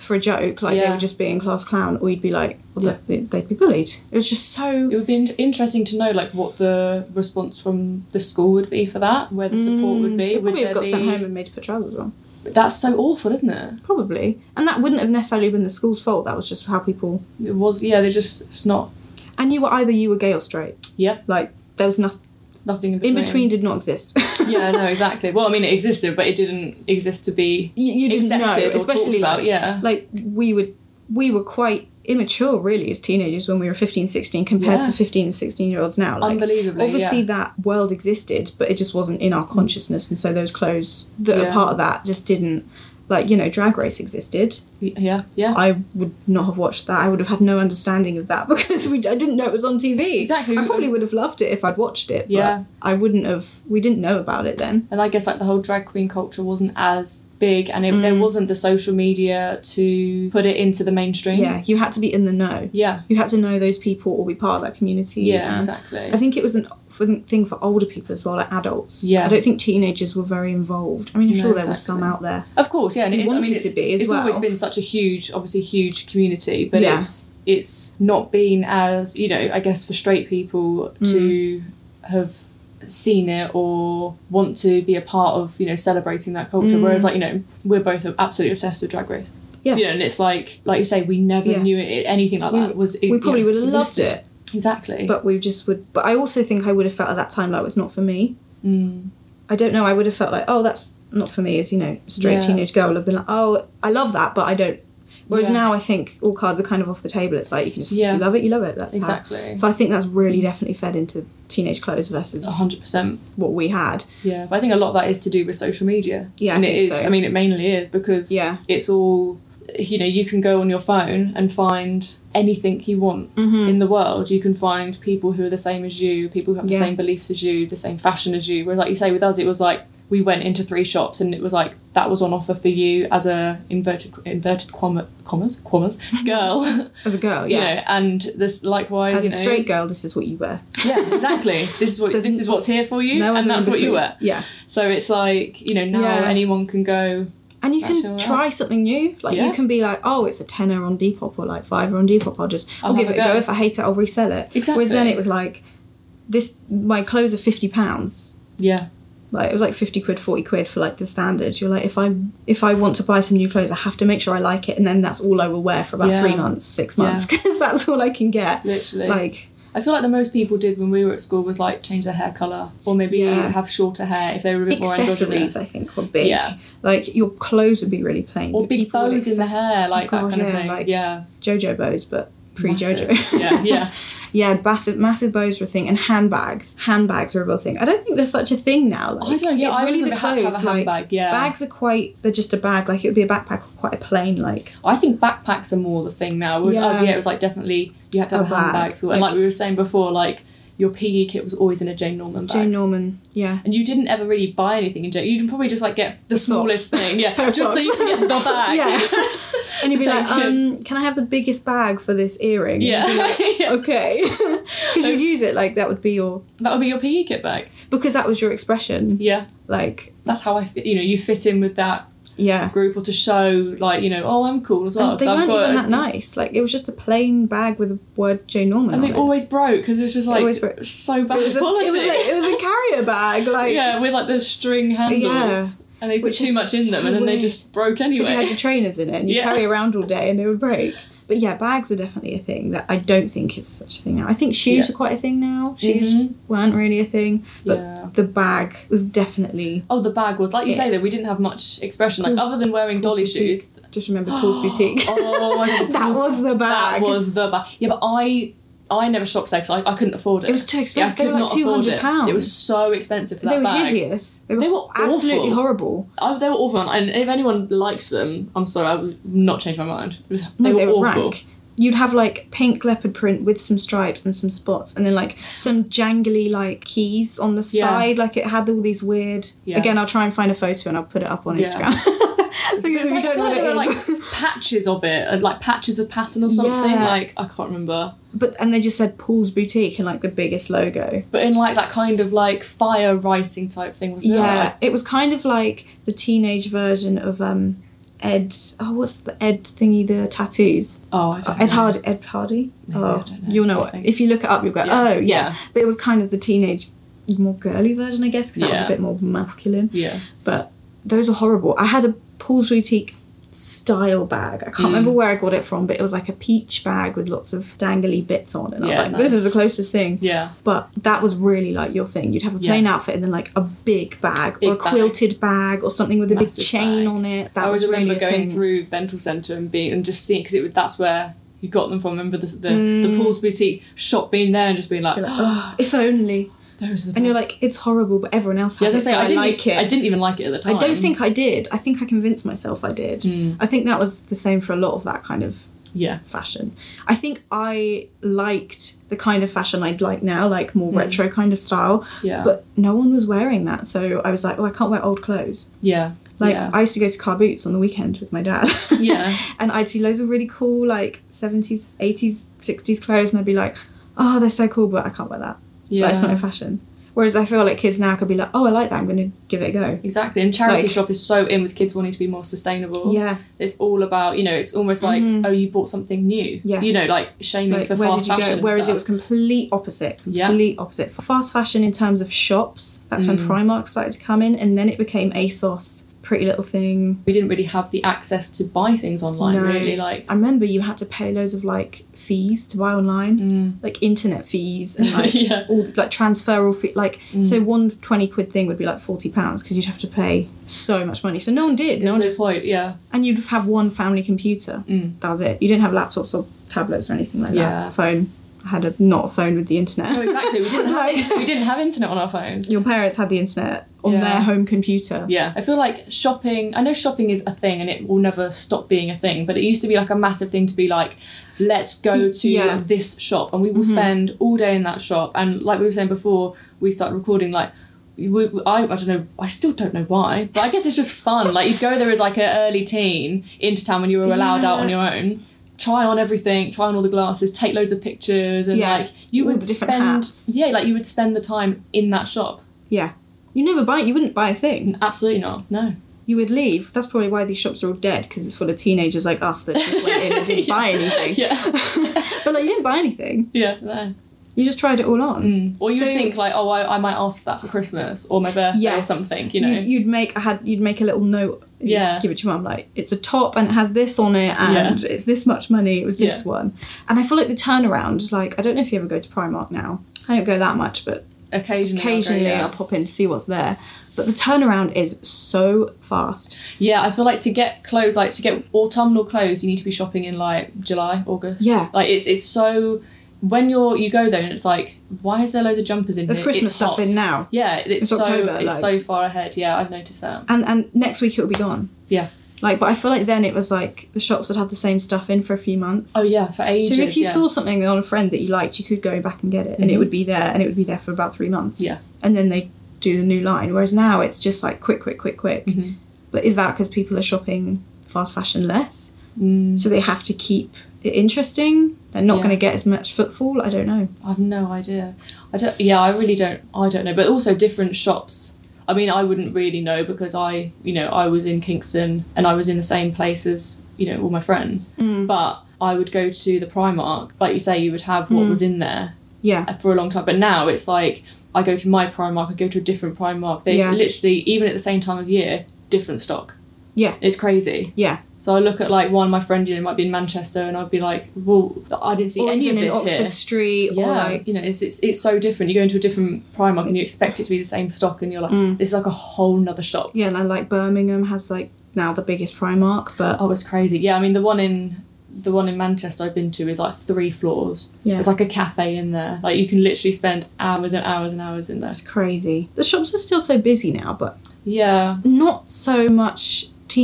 for a joke, like they Yeah. were just being class clown, or you'd be like, well, Yeah. they- they'd be bullied. It was just so It would be in- interesting to know like what the response from the school would be for that, where the support would be. Mm, They Would probably have there got be... sent home and made to put trousers on. But That's so awful, isn't it? Probably. And that wouldn't have necessarily been the school's fault. That was just how people. It was yeah. They're just it's not. And you were either you were gay or straight. Yep, Like there was nothing nothing in in between. between did not exist. yeah, no, exactly. Well, I mean, it existed, but it didn't exist to be you, you didn't accepted know, or talked especially about. like, yeah, like we would we were quite immature really as teenagers when we were 15 16 compared Yeah. to 15 16 year olds now like, unbelievably. obviously yeah. that world existed but it just wasn't in our consciousness and so those clothes that Yeah. are part of that just didn't like you know drag race existed yeah, yeah, i would not have watched that i would have had no understanding of that because we i didn't know it was on tv Exactly. i probably would have loved it if i'd watched it Yeah. but i wouldn't have we didn't know about it then and I guess like the whole drag queen culture wasn't as big, and it, Mm. there wasn't the social media to put it into the mainstream. yeah you had to be in the know yeah, you had to know those people or be part of that community yeah, and- exactly. I think it was an f- thing for older people as well, like adults. Yeah. I don't think teenagers were very involved. I mean, I'm No, sure there was exactly. some out there. Of course, yeah, and You it's, I wanted mean, to it's, be as it's always well. been such a huge, obviously huge community, but Yeah. it's it's not been as you know, I guess for straight people Mm. to have seen it or want to be a part of you know celebrating that culture. Whereas like you know, we're both absolutely obsessed with Drag Race. Mm. Yeah. You know, and it's like, like you say, we never Yeah. knew it, anything like that was. we probably would have loved it, Exactly. but we just would. But I also think I would have felt at that time like it's not for me. Mm. I don't know. I would have felt like, oh, that's not for me. As you know, straight Yeah. teenage girl would have been like, oh, I love that, but I don't. Whereas Yeah. now I think all cards are kind of off the table. It's like you can just Yeah. you love it, you love it. That's Exactly. Mm-hmm. How. So I think that's really definitely fed into teenage clothes versus hundred percent. what we had. Yeah, but I think a lot of that is to do with social media. Yeah, I and it think is. so. I mean, it mainly is because Yeah. it's all. You know, you can go on your phone and find anything you want Mm. in the world. You can find people who are the same as you, people who have the Yeah. same beliefs as you, the same fashion as you. Whereas, like you say, with us, it was like we went into three shops and it was like that was on offer for you as a inverted inverted comma, commas commas girl. As a girl, You yeah. know, and this likewise, As you a know, straight girl, this is what you wear. yeah, exactly. This is what There's this is what's here for you, No and other that's in what you between. were. Yeah. So it's like, you know, now Yeah. anyone can go, And you That's all can right. try something new. Like Yeah. you can be like, oh, it's a tenner on Depop or like fiver on Depop. I'll just I'll, I'll give have it a a go. go. If I hate it, I'll resell it. Exactly. Whereas then it was like, this my clothes are fifty pounds. yeah, Like it was like fifty quid, forty quid for like the standards. You're like, if I if I want to buy some new clothes, I have to make sure I like it, and then that's all I will wear for about Yeah. three months, six Yeah. months, because that's all I can get. literally. Like I feel like the most people did when we were at school was like change their hair colour or maybe Yeah. have shorter hair if they were a bit more accessories, androgynous. I think, were big. Yeah. Like your clothes would be really plain. Or but big people would bows in the access- hair, like God, that kind yeah, of thing. like- yeah. JoJo bows, but pre Massive. JoJo. yeah, yeah. Yeah, massive, massive bows were a thing, and handbags. Handbags are a real thing. I don't think there's such a thing now. Like, I don't yeah, it's I really really the had to have a clothes. Like handbag, yeah. bags are quite. They're just a bag. Like it would be a backpack or quite a plain. Like I think backpacks are more the thing now. Whereas Yeah. us, yeah, it was like definitely you had to have A a, bag. handbag. And Like- like we were saying before, like your PE kit was always in a Jane Norman bag. Jane Norman. Yeah. and you didn't ever really buy anything in Jane. You'd probably just like get the, The socks. smallest thing, yeah, Pair of just so you socks. can get the bag. Yeah. And you'd be It's like, like- um, can I have the biggest bag for this earring? And Yeah. you'd be like, Yeah. okay. Because you'd use it like that would be your That would be your PE kit bag. because that was your expression. Yeah. Like That's how I, fit, you know, you fit in with that yeah. group or to show, like, you know, oh, I'm cool as well. And they 'cause I've weren't got even a- that nice. Like it was just a plain bag with the word Jane Norman. And on they it. always broke because it was just like always broke. so bad It was, a, quality. it, was a, it was a carrier bag, like yeah, with like the string handles. Yeah. And they put Which too is much in them and so then they weird. just broke anyway. which had your trainers in it, and you Yeah. carry around all day, and they would break. But yeah, bags were definitely a thing that I don't think is such a thing now. I think shoes Yeah. are quite a thing now. Shoes Mhm. weren't really a thing, but Yeah. the bag was definitely. Oh, the bag was like you Yeah. say that we didn't have much expression, like Paul's- other than wearing dolly Paul's Boutique. shoes. Just remember Paul's boutique. Oh, my God, that Paul's- was the that bag. was the bag. Yeah, but I I never shopped there because I, I couldn't afford it. It was too Yeah, I expensive. could they were not like two afford hundred it. pounds. It was so expensive for that They were bag. hideous. They were, They were absolutely awful. horrible. Oh, they were awful, and if anyone liked them, I'm sorry, I would not change my mind. It was- No, they, were awful. rank. You'd have like pink leopard print with some stripes and some spots, and then like some jangly like keys on the Yeah. side. Like it had all these weird. Yeah. Again, I'll try and find a photo and I'll put it up on Yeah. Instagram. because But it's if you like, I don't know feel what it like is. there were, like patches of it, and like patches of pattern or something. Yeah. Like I can't remember, But and they just said Paul's Boutique and like the biggest logo. but in like that kind of like fire writing type thing, wasn't yeah, it? Like, it was kind of like the teenage version of um, Ed. Oh, what's the Ed thingy? The tattoos. Oh, I don't Ed know. Hardy. Ed Hardy. I oh, don't know. you'll know I it. think- if you look it up. You'll go, Yeah. oh yeah. Yeah. But it was kind of the teenage, more girly version, I guess, because that was Yeah. a bit more masculine. Yeah. But those are horrible. I had a Paul's Boutique style bag. I Hmm. can't remember where I got it from, but it was like a peach bag with lots of dangly bits on, and I was Yeah, like, this is the nice. closest thing. Yeah. But that was really like your thing. You'd have a Yeah. plain outfit and then like a big bag Big or a bag. quilted bag or something with a Massive big chain bag. on it. That I always was really remember a going thing. through Bental Centre and being and just seeing because that's where you got them from. Remember the the, the Paul's Boutique shop being there and just being like, Mm. You're like, oh, oh, if only. those are the. And you're Paul's." like, it's horrible, but everyone else yeah, has as I it, say, so I I, didn't, e-, like it. I didn't even like it at the I time. Mm. don't think I did. I think I convinced myself I did. I think that was the same for a lot of that kind of Yeah. fashion. I think I liked the kind of fashion I'd like now, like more retro kind of style. Mm. Yeah. But no one was wearing that, so I was like, oh, I can't wear old clothes. Yeah. Like yeah. I used to go to Car Boots on the weekend with my dad. Yeah. and I'd see loads of really cool like 70s, 80s, 60s clothes and I'd be like, "Oh, they're so cool, but I can't wear that. yeah. Like, it's not in fashion." Whereas I feel like kids now could be like, "Oh, I like that. I'm going to give it a go." Exactly, and charity Like- shop is so in with kids wanting to be more sustainable. Yeah. It's all about, you know, it's almost like, oh, you bought something new. Yeah. You know, like shaming Like, for where fast did you fashion. go? and Whereas it stuff. was complete opposite. Yeah. Mm. Complete opposite. Fast fashion in terms of shops. That's when Primark started to come in, and then it became ASOS, Pretty Little Thing, we didn't really have the access to buy things online, No. really. Like, I remember you had to pay loads of like fees to buy online, Mm. like internet fees and like Yeah. all like transferal fee. Like Mm. so, one twenty quid thing would be like forty pounds because you'd have to pay so much money. So no one did. No there's one no just point. Yeah. and you'd have one family computer. That was it. You didn't have laptops or tablets or anything like Yeah. that. Phone I had a not a phone with the internet. No, Oh, exactly. We didn't have Like- internet. we didn't have internet on our phones. Your parents had the internet on Yeah. their home computer. Yeah, I feel like shopping. I know shopping is a thing, and it will never stop being a thing. But it used to be like a massive thing to be like, let's go to Yeah. Mm-hmm. this shop, and we will spend all day in that shop. And like we were saying before, we started recording like. We, we- I, I don't know. I still don't know why, but I guess it's just fun. Like you'd go there as like an early teen into town when you were allowed out Yeah. on your own. Try on everything. Try on all the glasses. Take loads of pictures, and Yeah. like you All would the different spend. hats. Yeah, like you would spend the time in that shop. Yeah. You never buy. You wouldn't buy a thing. Absolutely not. No. you would leave. That's probably why these shops are all dead because it's full of teenagers like us that just went in and didn't buy anything. Yeah. but like you didn't buy anything. Yeah. No. You just tried it all on. Or you Mm. So- think like, oh, I, I might ask for that for Christmas or my birthday Yes. or something, you know? You'd, you'd make I had you'd make a little note. You'd Yeah. Give it to your mum like it's a top and it has this on it and it's this much money. It was this Yeah. one. And I feel like the turnaround. Like I don't know if you ever go to Primark now. I don't go that much, but occasionally. I'll go, occasionally yeah. I'll pop in to see what's there. But the turnaround is so fast. Yeah, I feel like to get clothes, like to get autumnal clothes, you need to be shopping in like July, August. Yeah. Like it's it's so when you're you go there and it's like, why is there loads of jumpers in There's here? Christmas It's stuff hot. in now. Yeah, it's, It's so October, it's like- so far ahead. Yeah, I've noticed that. and and next week it'll be gone. Yeah. Like, but I feel like then it was like the shops would have the same stuff in for a few months. Oh yeah, for ages. So if you yeah. Mm-hmm. saw something on a friend that you liked, you could go back and get it, and it would be there, and it would be there for about three months. Yeah. And then they do the new line. Whereas now it's just like quick, quick, quick, quick. Mm-hmm. But is that because people are shopping fast fashion less? Mm. So they have to keep it interesting. They're not Yeah. going to get as much footfall. I don't know. I've no idea. I don't. Yeah, I really don't. I don't know. But also different shops. I mean, I wouldn't really know because I, you know, I was in Kingston and I was in the same place as you know all my friends. Mm. But I would go to the Primark, like you say, you would have Mm. what was in there Yeah. for a long time. But now it's like I go to my Primark, I go to a different Primark. There's Yeah. literally even at the same time of year, different stock. Yeah. It's crazy. Yeah. So I look at like one, my friend, you know, might be in Manchester, and I'd be like, well, I didn't see Or any even of in this Oxford here Street, yeah, or like you know, it's, it's it's so different. You go into a different Primark and you expect it to be the same stock, and you're like, Mm. this is like a whole nother shop. yeah, and I like Birmingham has like now the biggest Primark, but Oh, it's crazy. Yeah, I mean, the one in the one in Manchester I've been to is like three floors. Yeah. it's like a cafe in there. Like you can literally spend hours and hours and hours in there. It's crazy. The shops are still so busy now, but Yeah, not so much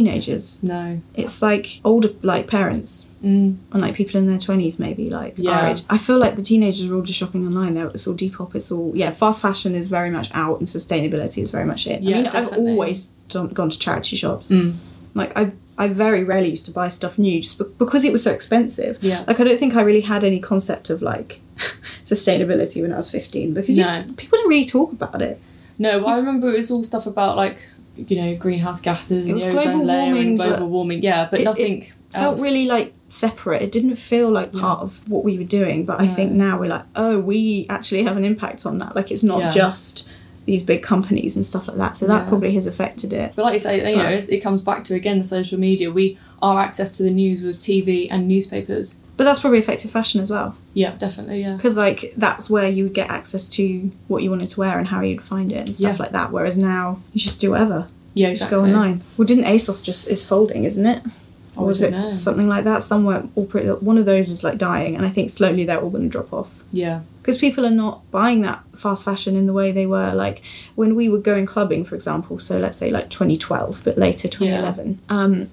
teenagers. no, It's like older, like parents, mm, and like people in their twenties, maybe like Yeah. our age. I feel like the teenagers are all just shopping online. They're it's all Depop. It's all yeah. Fast fashion is very much out, and sustainability is very much in. Yeah, I mean, definitely. I've always done, gone to charity shops. Mm. Like I. I very rarely used to buy stuff new just be- because it was so expensive. Yeah. Like I don't think I really had any concept of like sustainability when I was 15 because you No. just- people didn't really talk about it. no. I remember it was all stuff about like you know greenhouse gases and was the ozone global layer warming, and but global warming. Yeah, but it- it nothing felt else. really like separate. It didn't feel like part of what we were doing. But I think now we're like, oh, we actually have an impact on that. Like it's not Yeah. just these big companies and stuff like that. So that Yeah. probably has affected it. But like you say, you know, But- it's, it comes back to again the social media. We our access to the news was TV and newspapers. But that's probably affected fashion as well. Yeah, definitely. Yeah, Because like that's where you would get access to what you wanted to wear and how you'd find it and stuff Yeah. like that. Whereas now you just do whatever. yeah, You just exactly. Oh, go online. Well, didn't ASOS just is folding, isn't it? I Or was it wouldn't know. something like that? Somewhere, all pretty, one of those is like dying, and I think slowly they're all going to drop off. Yeah, because people are not buying that fast fashion in the way they were like when we were going clubbing for example so let's say like 2012 but later 2011 um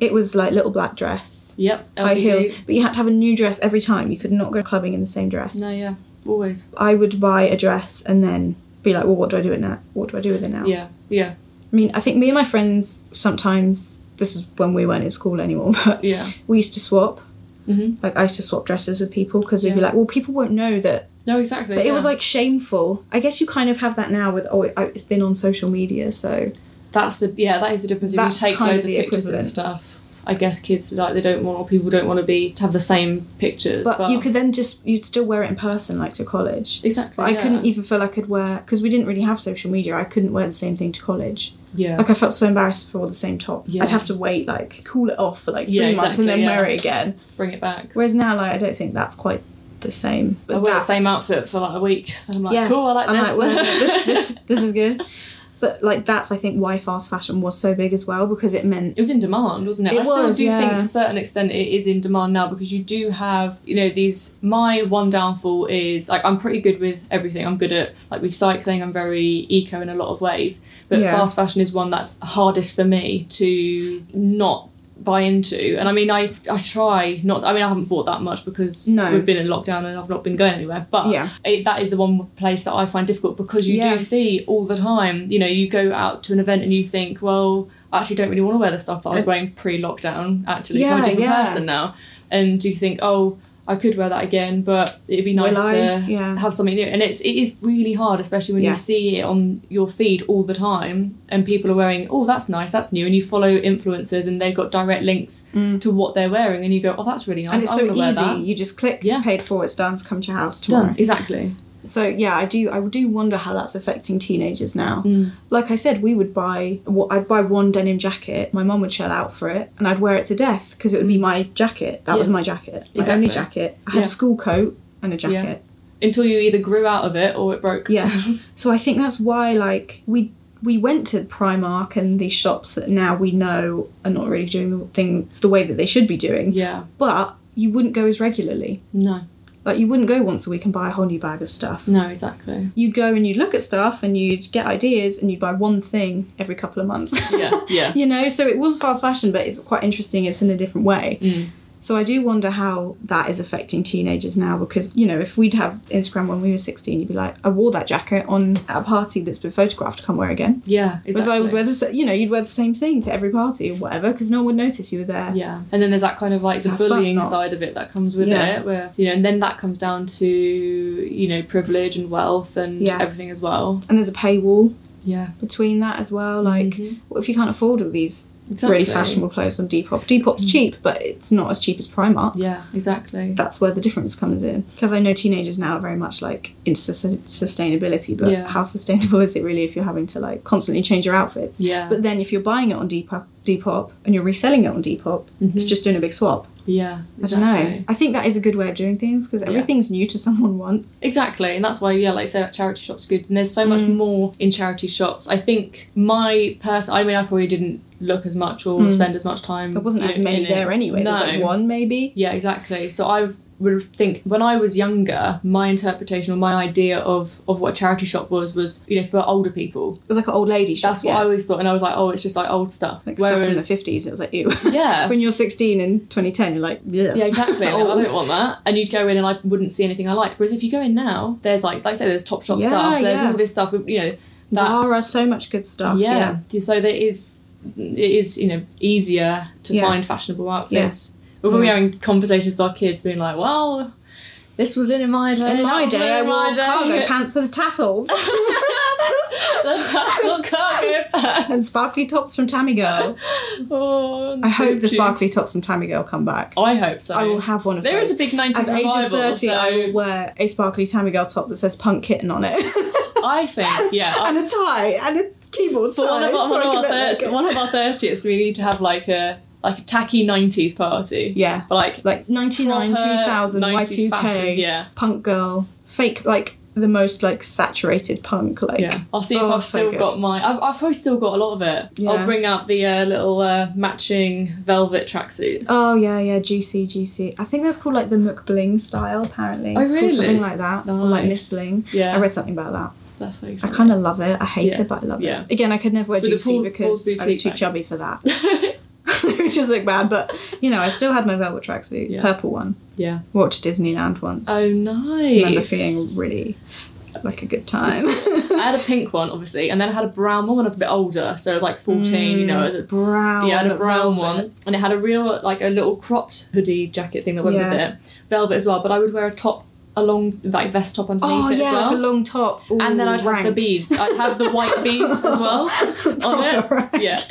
it was like little black dress yep. E high LBD. heels but you had to have a new dress every time you could not go clubbing in the same dress No, yeah, always. i would buy a dress and then be like well what do i do with it now what do i do with it now Yeah, yeah, i mean i think me and my friends sometimes this is when we weren't in school anymore but yeah. we used to swap hmm like i used to swap dresses with people because they'd be Yeah. like well people won't know that No, exactly. But yeah. it was like shameful. I guess you kind of have that now with oh, it- it's been on social media, so that's the yeah that is the difference. If you That's take kind loads of of, the pictures equivalent. and stuff, I guess kids like they don't want or people don't want to be to have the same pictures. but, But, you could then just you'd still wear it in person, like to college. exactly. But I yeah. couldn't even feel I could wear because we didn't really have social media. I couldn't wear the same thing to college. Yeah, Like I felt so embarrassed for all the same top. Yeah. I'd have to wait, like cool it off for like three Yeah, months and then exactly, yeah. wear it again. bring it back. Whereas now, like I don't think that's quite the same. I But wear the that, same outfit for like a week. And I'm like, Yeah. cool. I like I'm this. like, well, this, this, this is good. But like that's I think why fast fashion was so big as well because it meant um, it was in demand, wasn't it? It I still was, do yeah. think to a certain extent it is in demand now because you do have, you know, these. My one downfall is like I'm pretty good with everything. I'm good at like recycling. I'm very eco in a lot of ways, but Yeah. fast fashion is one that's hardest for me to not buy into. And I mean, I I try not. I mean, I haven't bought that much because No. we've been in lockdown and I've not been going anywhere. But Yeah. it, that is the one place that I find difficult because you Yeah. do see all the time. You know, you go out to an event and you think, well, I actually don't really want to wear the stuff that I was I- wearing pre-lockdown. Actually, 'cause I'm Uh, Yeah, a different yeah. person now, and you think, oh, I could wear that again, but it'd be nice Will I? to Yeah. have something new. And it's it is really hard, especially when Yeah. you see it on your feed all the time, and people are wearing, oh, that's nice, that's new, and you follow influencers, and they've got direct links to what they're wearing, and you go, oh, that's really nice. Mm. and it's I so want to wear easy. that. You just click, Yeah. it's paid for, it's done, it's come to your house tomorrow. Done exactly. So yeah, I do. I do wonder how that's affecting teenagers now. Hmm. Like I said, we would buy. Well, I'd buy one denim jacket. My mum would shell out for it, and I'd wear it to death because it would be my jacket. That was Hmm. Yeah. my jacket. My only Exactly. jacket. I had Yeah. a school coat and a Yeah. jacket. Until you either grew out of it or it broke. Yeah. so I think that's why like we we went to Primark and these shops that now we know are not really doing the things the way that they should be doing. yeah. But you wouldn't go as regularly. No. Like you wouldn't go once a week and buy a whole new bag of stuff. No. Exactly. you'd go and you'd look at stuff and you'd get ideas and you'd buy one thing every couple of months. Yeah. Yeah. you know, so it was fast fashion, but it's quite interesting. It's in a different way. Mm. So I do wonder how that is affecting teenagers now because, you know, if we'd have Instagram when we were 16, you'd be like, I wore that jacket on at a party that's been photographed, can't wear again. Yeah. Exactly. Because I would wear the, sa- you know, you'd wear the same thing to every party or whatever because no one would notice you were there. Yeah, and then there's that kind of like the Have fun, bullying not- side of it that comes with Yeah. it, where you know, and then that comes down to you know privilege and wealth and Yeah. everything as well. And there's a paywall Yeah, between that as well. Like, Mm-hmm. what if you can't afford all these really fashionable clothes on Depop. Depop's Mm. cheap, but it's not as cheap as Primark. Yeah, exactly. That's where the difference comes in. Because I know teenagers now are very much like into sus- sustainability, but Yeah. how sustainable is it really if you're having to like constantly change your outfits? Yeah, But then if you're buying it on Depop, Depop and you're reselling it on Depop, it's just doing a big swap. Mm-hmm. yeah. I don't know. I think that is a good way of doing things because everything's new to someone once. Exactly, and that's why, yeah, like I said, charity shops are good, and there's so much Mm. more in charity shops. I think my person, I mean, I probably didn't look as much or spend as much time. Mm. There wasn't you as know, many in it. there anyway. There's like No. one maybe. Yeah, exactly. So I would think when I was younger, my interpretation or my idea of of what a charity shop was was you know for older people. It was like an old lady shop. That's what I always thought, and I was like, oh, it's just like old stuff. like stuff from the Whereas fifties. It was like ew. Yeah. when you're sixteen in 2010, you're like yeah. yeah, exactly. I Oh, Old. don't want that. And you'd go in, and I wouldn't see anything I liked. Whereas if you go in now, there's like like I say, there's Top Shop Yeah, stuff. There's yeah. all this stuff. You know, Zara, that's so much good stuff. yeah. Yeah. So there is it is you know easier to Yeah. find fashionable outfits. But when we're having conversations with our kids, being like, well. This was in my day. In that my was day, I in my wore day. cargo pants with tassels. the tassel can't go back. and sparkly tops from Tammy Girl. Oh, I hope the juice. sparkly tops from Tammy Girl come back. I hope so. I will have one of There those. is a big 90s At the age revival. of 30, so I will wear a sparkly Tammy Girl top that says punk kitten on it. I think, Oh, yeah. I- and a tie and a keyboard for tie. one of, our, so I can one, of our look like thir- it. one of our 30ths, we need to have like a like a tacky 90s party. Yeah. But like, Like 99, proper 2000, 90s Y2K, fashions, yeah. punk girl, fake, like the most like saturated punk. Like, yeah. I'll see if Oh, I've so still good. got my. I've, I've probably still got a lot of it. Yeah. I'll bring out the uh, little uh, matching velvet tracksuits. Oh yeah, yeah, juicy, juicy. I think that's called like the Mook Bling style. Apparently, Oh, it's really? called something like that, or like Miss Nice. Bling. Yeah. I read something about that. That's so I kind of love it. I hate Yeah. it, but I love Yeah. it. Again, I could never wear With the juicy Paul- because Paul's I was Boutique too bag. chubby for that, of. which is like bad. But you know, I still had my velvet tracksuit, Yeah. purple one. yeah. Walked to Disneyland once. Oh, nice. I remember feeling really like a good time. I had a pink one, obviously, and then I had a brown one when I was a bit older, so like 14, you know. I was a- Mm. brown. Yeah, I had a brown velvet. one, and it had a real like a little cropped hoodie jacket thing that went with Yeah. it, velvet as well. But I would wear a top, a long like vest top underneath Oh it yeah, as well, like a long top. Ooh, and then I'd rank. have the beads. I'd have the white beads as well on it. Proper rank. Yeah,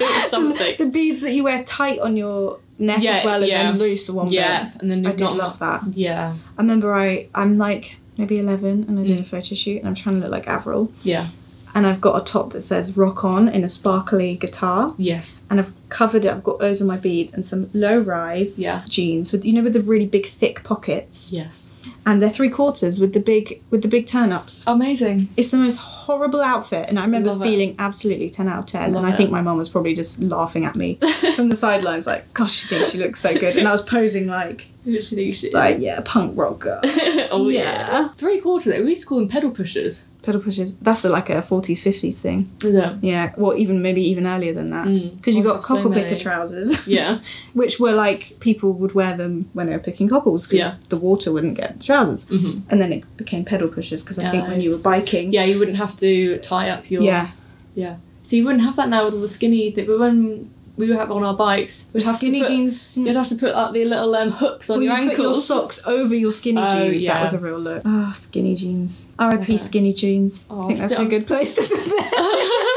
was something. The beads that you wear tight on your neck Yeah, as well, and yeah. then loose at one yeah, bit. and then I you've did not love that. Yeah, I remember I I'm like maybe eleven, and I did a photo shoot, and I'm trying to look like Avril, Mm. yeah, and I've got a top that says "Rock On" in a sparkly guitar, yes, and I've covered it. I've got those are my beads and some low rise Yeah. jeans with you know with the really big thick pockets, yes. and they're three quarters with the big with the big turn ups. Amazing. It's the most horrible outfit, and I remember Love it. feeling absolutely 10 out of 10. Love and I it. think my mum was probably just laughing at me from the sidelines, like, gosh, she thinks she looks so good. And I was posing, like, Literally, shit. like yeah, punk rock girl. oh yeah. yeah. Three quarters. We used to call them pedal pushers. Pedal pushers, that's a, like a 40s, 50s thing. Is it? Yeah, well, even maybe even earlier than that. Because Ah, you Oh, got so cockle picker many. trousers, Yeah. which were like people would wear them when they were picking cockles because Yeah. the water wouldn't get the trousers. And then it became pedal pushers because I think Yeah. when you were biking, mm-hmm. Yeah, you wouldn't have to tie up your. yeah, Yeah. So you wouldn't have that now with all the skinny thing. But when we were on our bikes, we'd have skinny to put, jeans. didn't You'd have to put like the little um, hooks on Well, your you put your ankles. socks over your skinny Oh, jeans. That yeah. was a real look. Ah, skinny jeans. R.I.P. Okay. skinny jeans. I Oh, think that's still- a good place to sit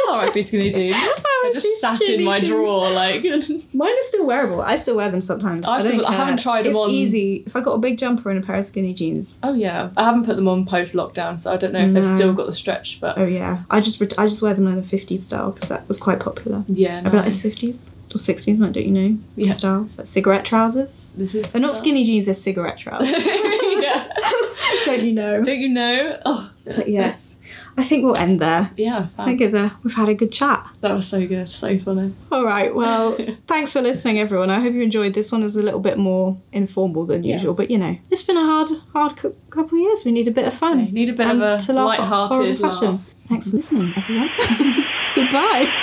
All right, skinny jeans. I just sat in my drawer like. Mine are still wearable. I still wear them sometimes. I I, don't still- I care. haven't tried them it's on. easy. If I got a big jumper and a pair of skinny jeans. oh yeah, I haven't put them on post lockdown, so I don't know if they've No. still got the stretch. But Oh yeah. I just ret- I just wear them in the 50s style because that was quite popular. yeah, I bet it's nice. 50s or 60s, like, don't you know? the Yeah. Style. Like cigarette trousers. This is They're not skinny jeans. They're cigarette trousers. yeah. don't you know? Don't you know? Oh But yes, I think we'll end there. yeah, fab. I think it's a, we've had a good chat. that was so good, so funny. All right. Well, thanks for listening, everyone. I hope you enjoyed this one. is a little bit more informal than Yeah. usual, but you know, it's been a hard, hard cou- couple of years. We need a bit of fun. Need a bit and of to a laugh at light-hearted horrible fashion. laugh. Thanks for listening, everyone. Goodbye.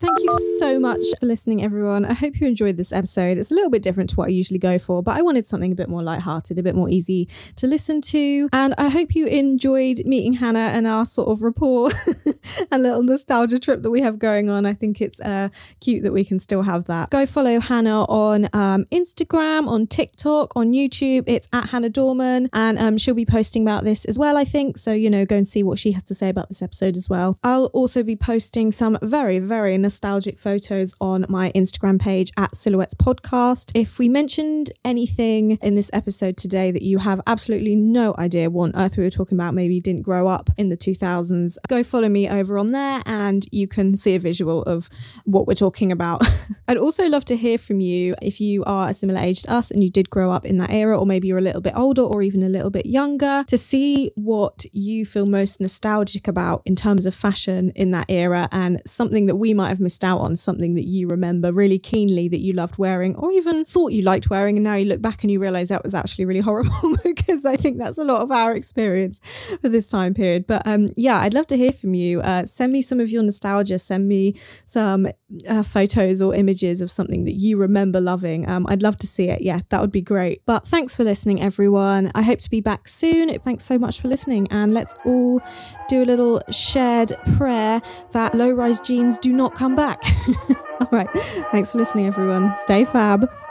Thank you so much for listening, everyone. I hope you enjoyed this episode. It's a little bit different to what I usually go for, but I wanted something a bit more lighthearted, a bit more easy to listen to. And I hope you enjoyed meeting Hannah and our sort of rapport and little nostalgia trip that we have going on. I think it's uh, cute that we can still have that. Go follow Hannah on um, Instagram, on TikTok, on YouTube. It's at Hannah Dorman, and um, she'll be posting about this as well, I think. So, you know, go and see what she has to say about this episode as well. I'll also be posting some very, very nostalgic photos on my Instagram page at Silhouettes Podcast. If we mentioned anything in this episode today that you have absolutely no idea what on earth we were talking about, maybe you didn't grow up in the 2000s, go follow me over on there and you can see a visual of what we're talking about. I'd also love to hear from you if you are a similar age to us and you did grow up in that era, or maybe you're a little bit older or even a little bit younger, to see what you feel most nostalgic about in terms of fashion in that era and something that we might have missed out on, something that you remember really keenly that you loved wearing or even thought you liked wearing. And now you look back and you realize that was actually really horrible because I think that's a lot of our experience for this time period. But um, yeah, I'd love to hear from you. Uh, send me some of your nostalgia. Send me some uh, photos or images of something that you remember loving. Um, I'd love to see it. Yeah, that would be great. But thanks for listening, everyone. I hope to be back soon. Thanks so much for listening. And let's all do a little shared prayer that low rise jeans do not come back. back. All right. Thanks for listening, everyone. Stay fab.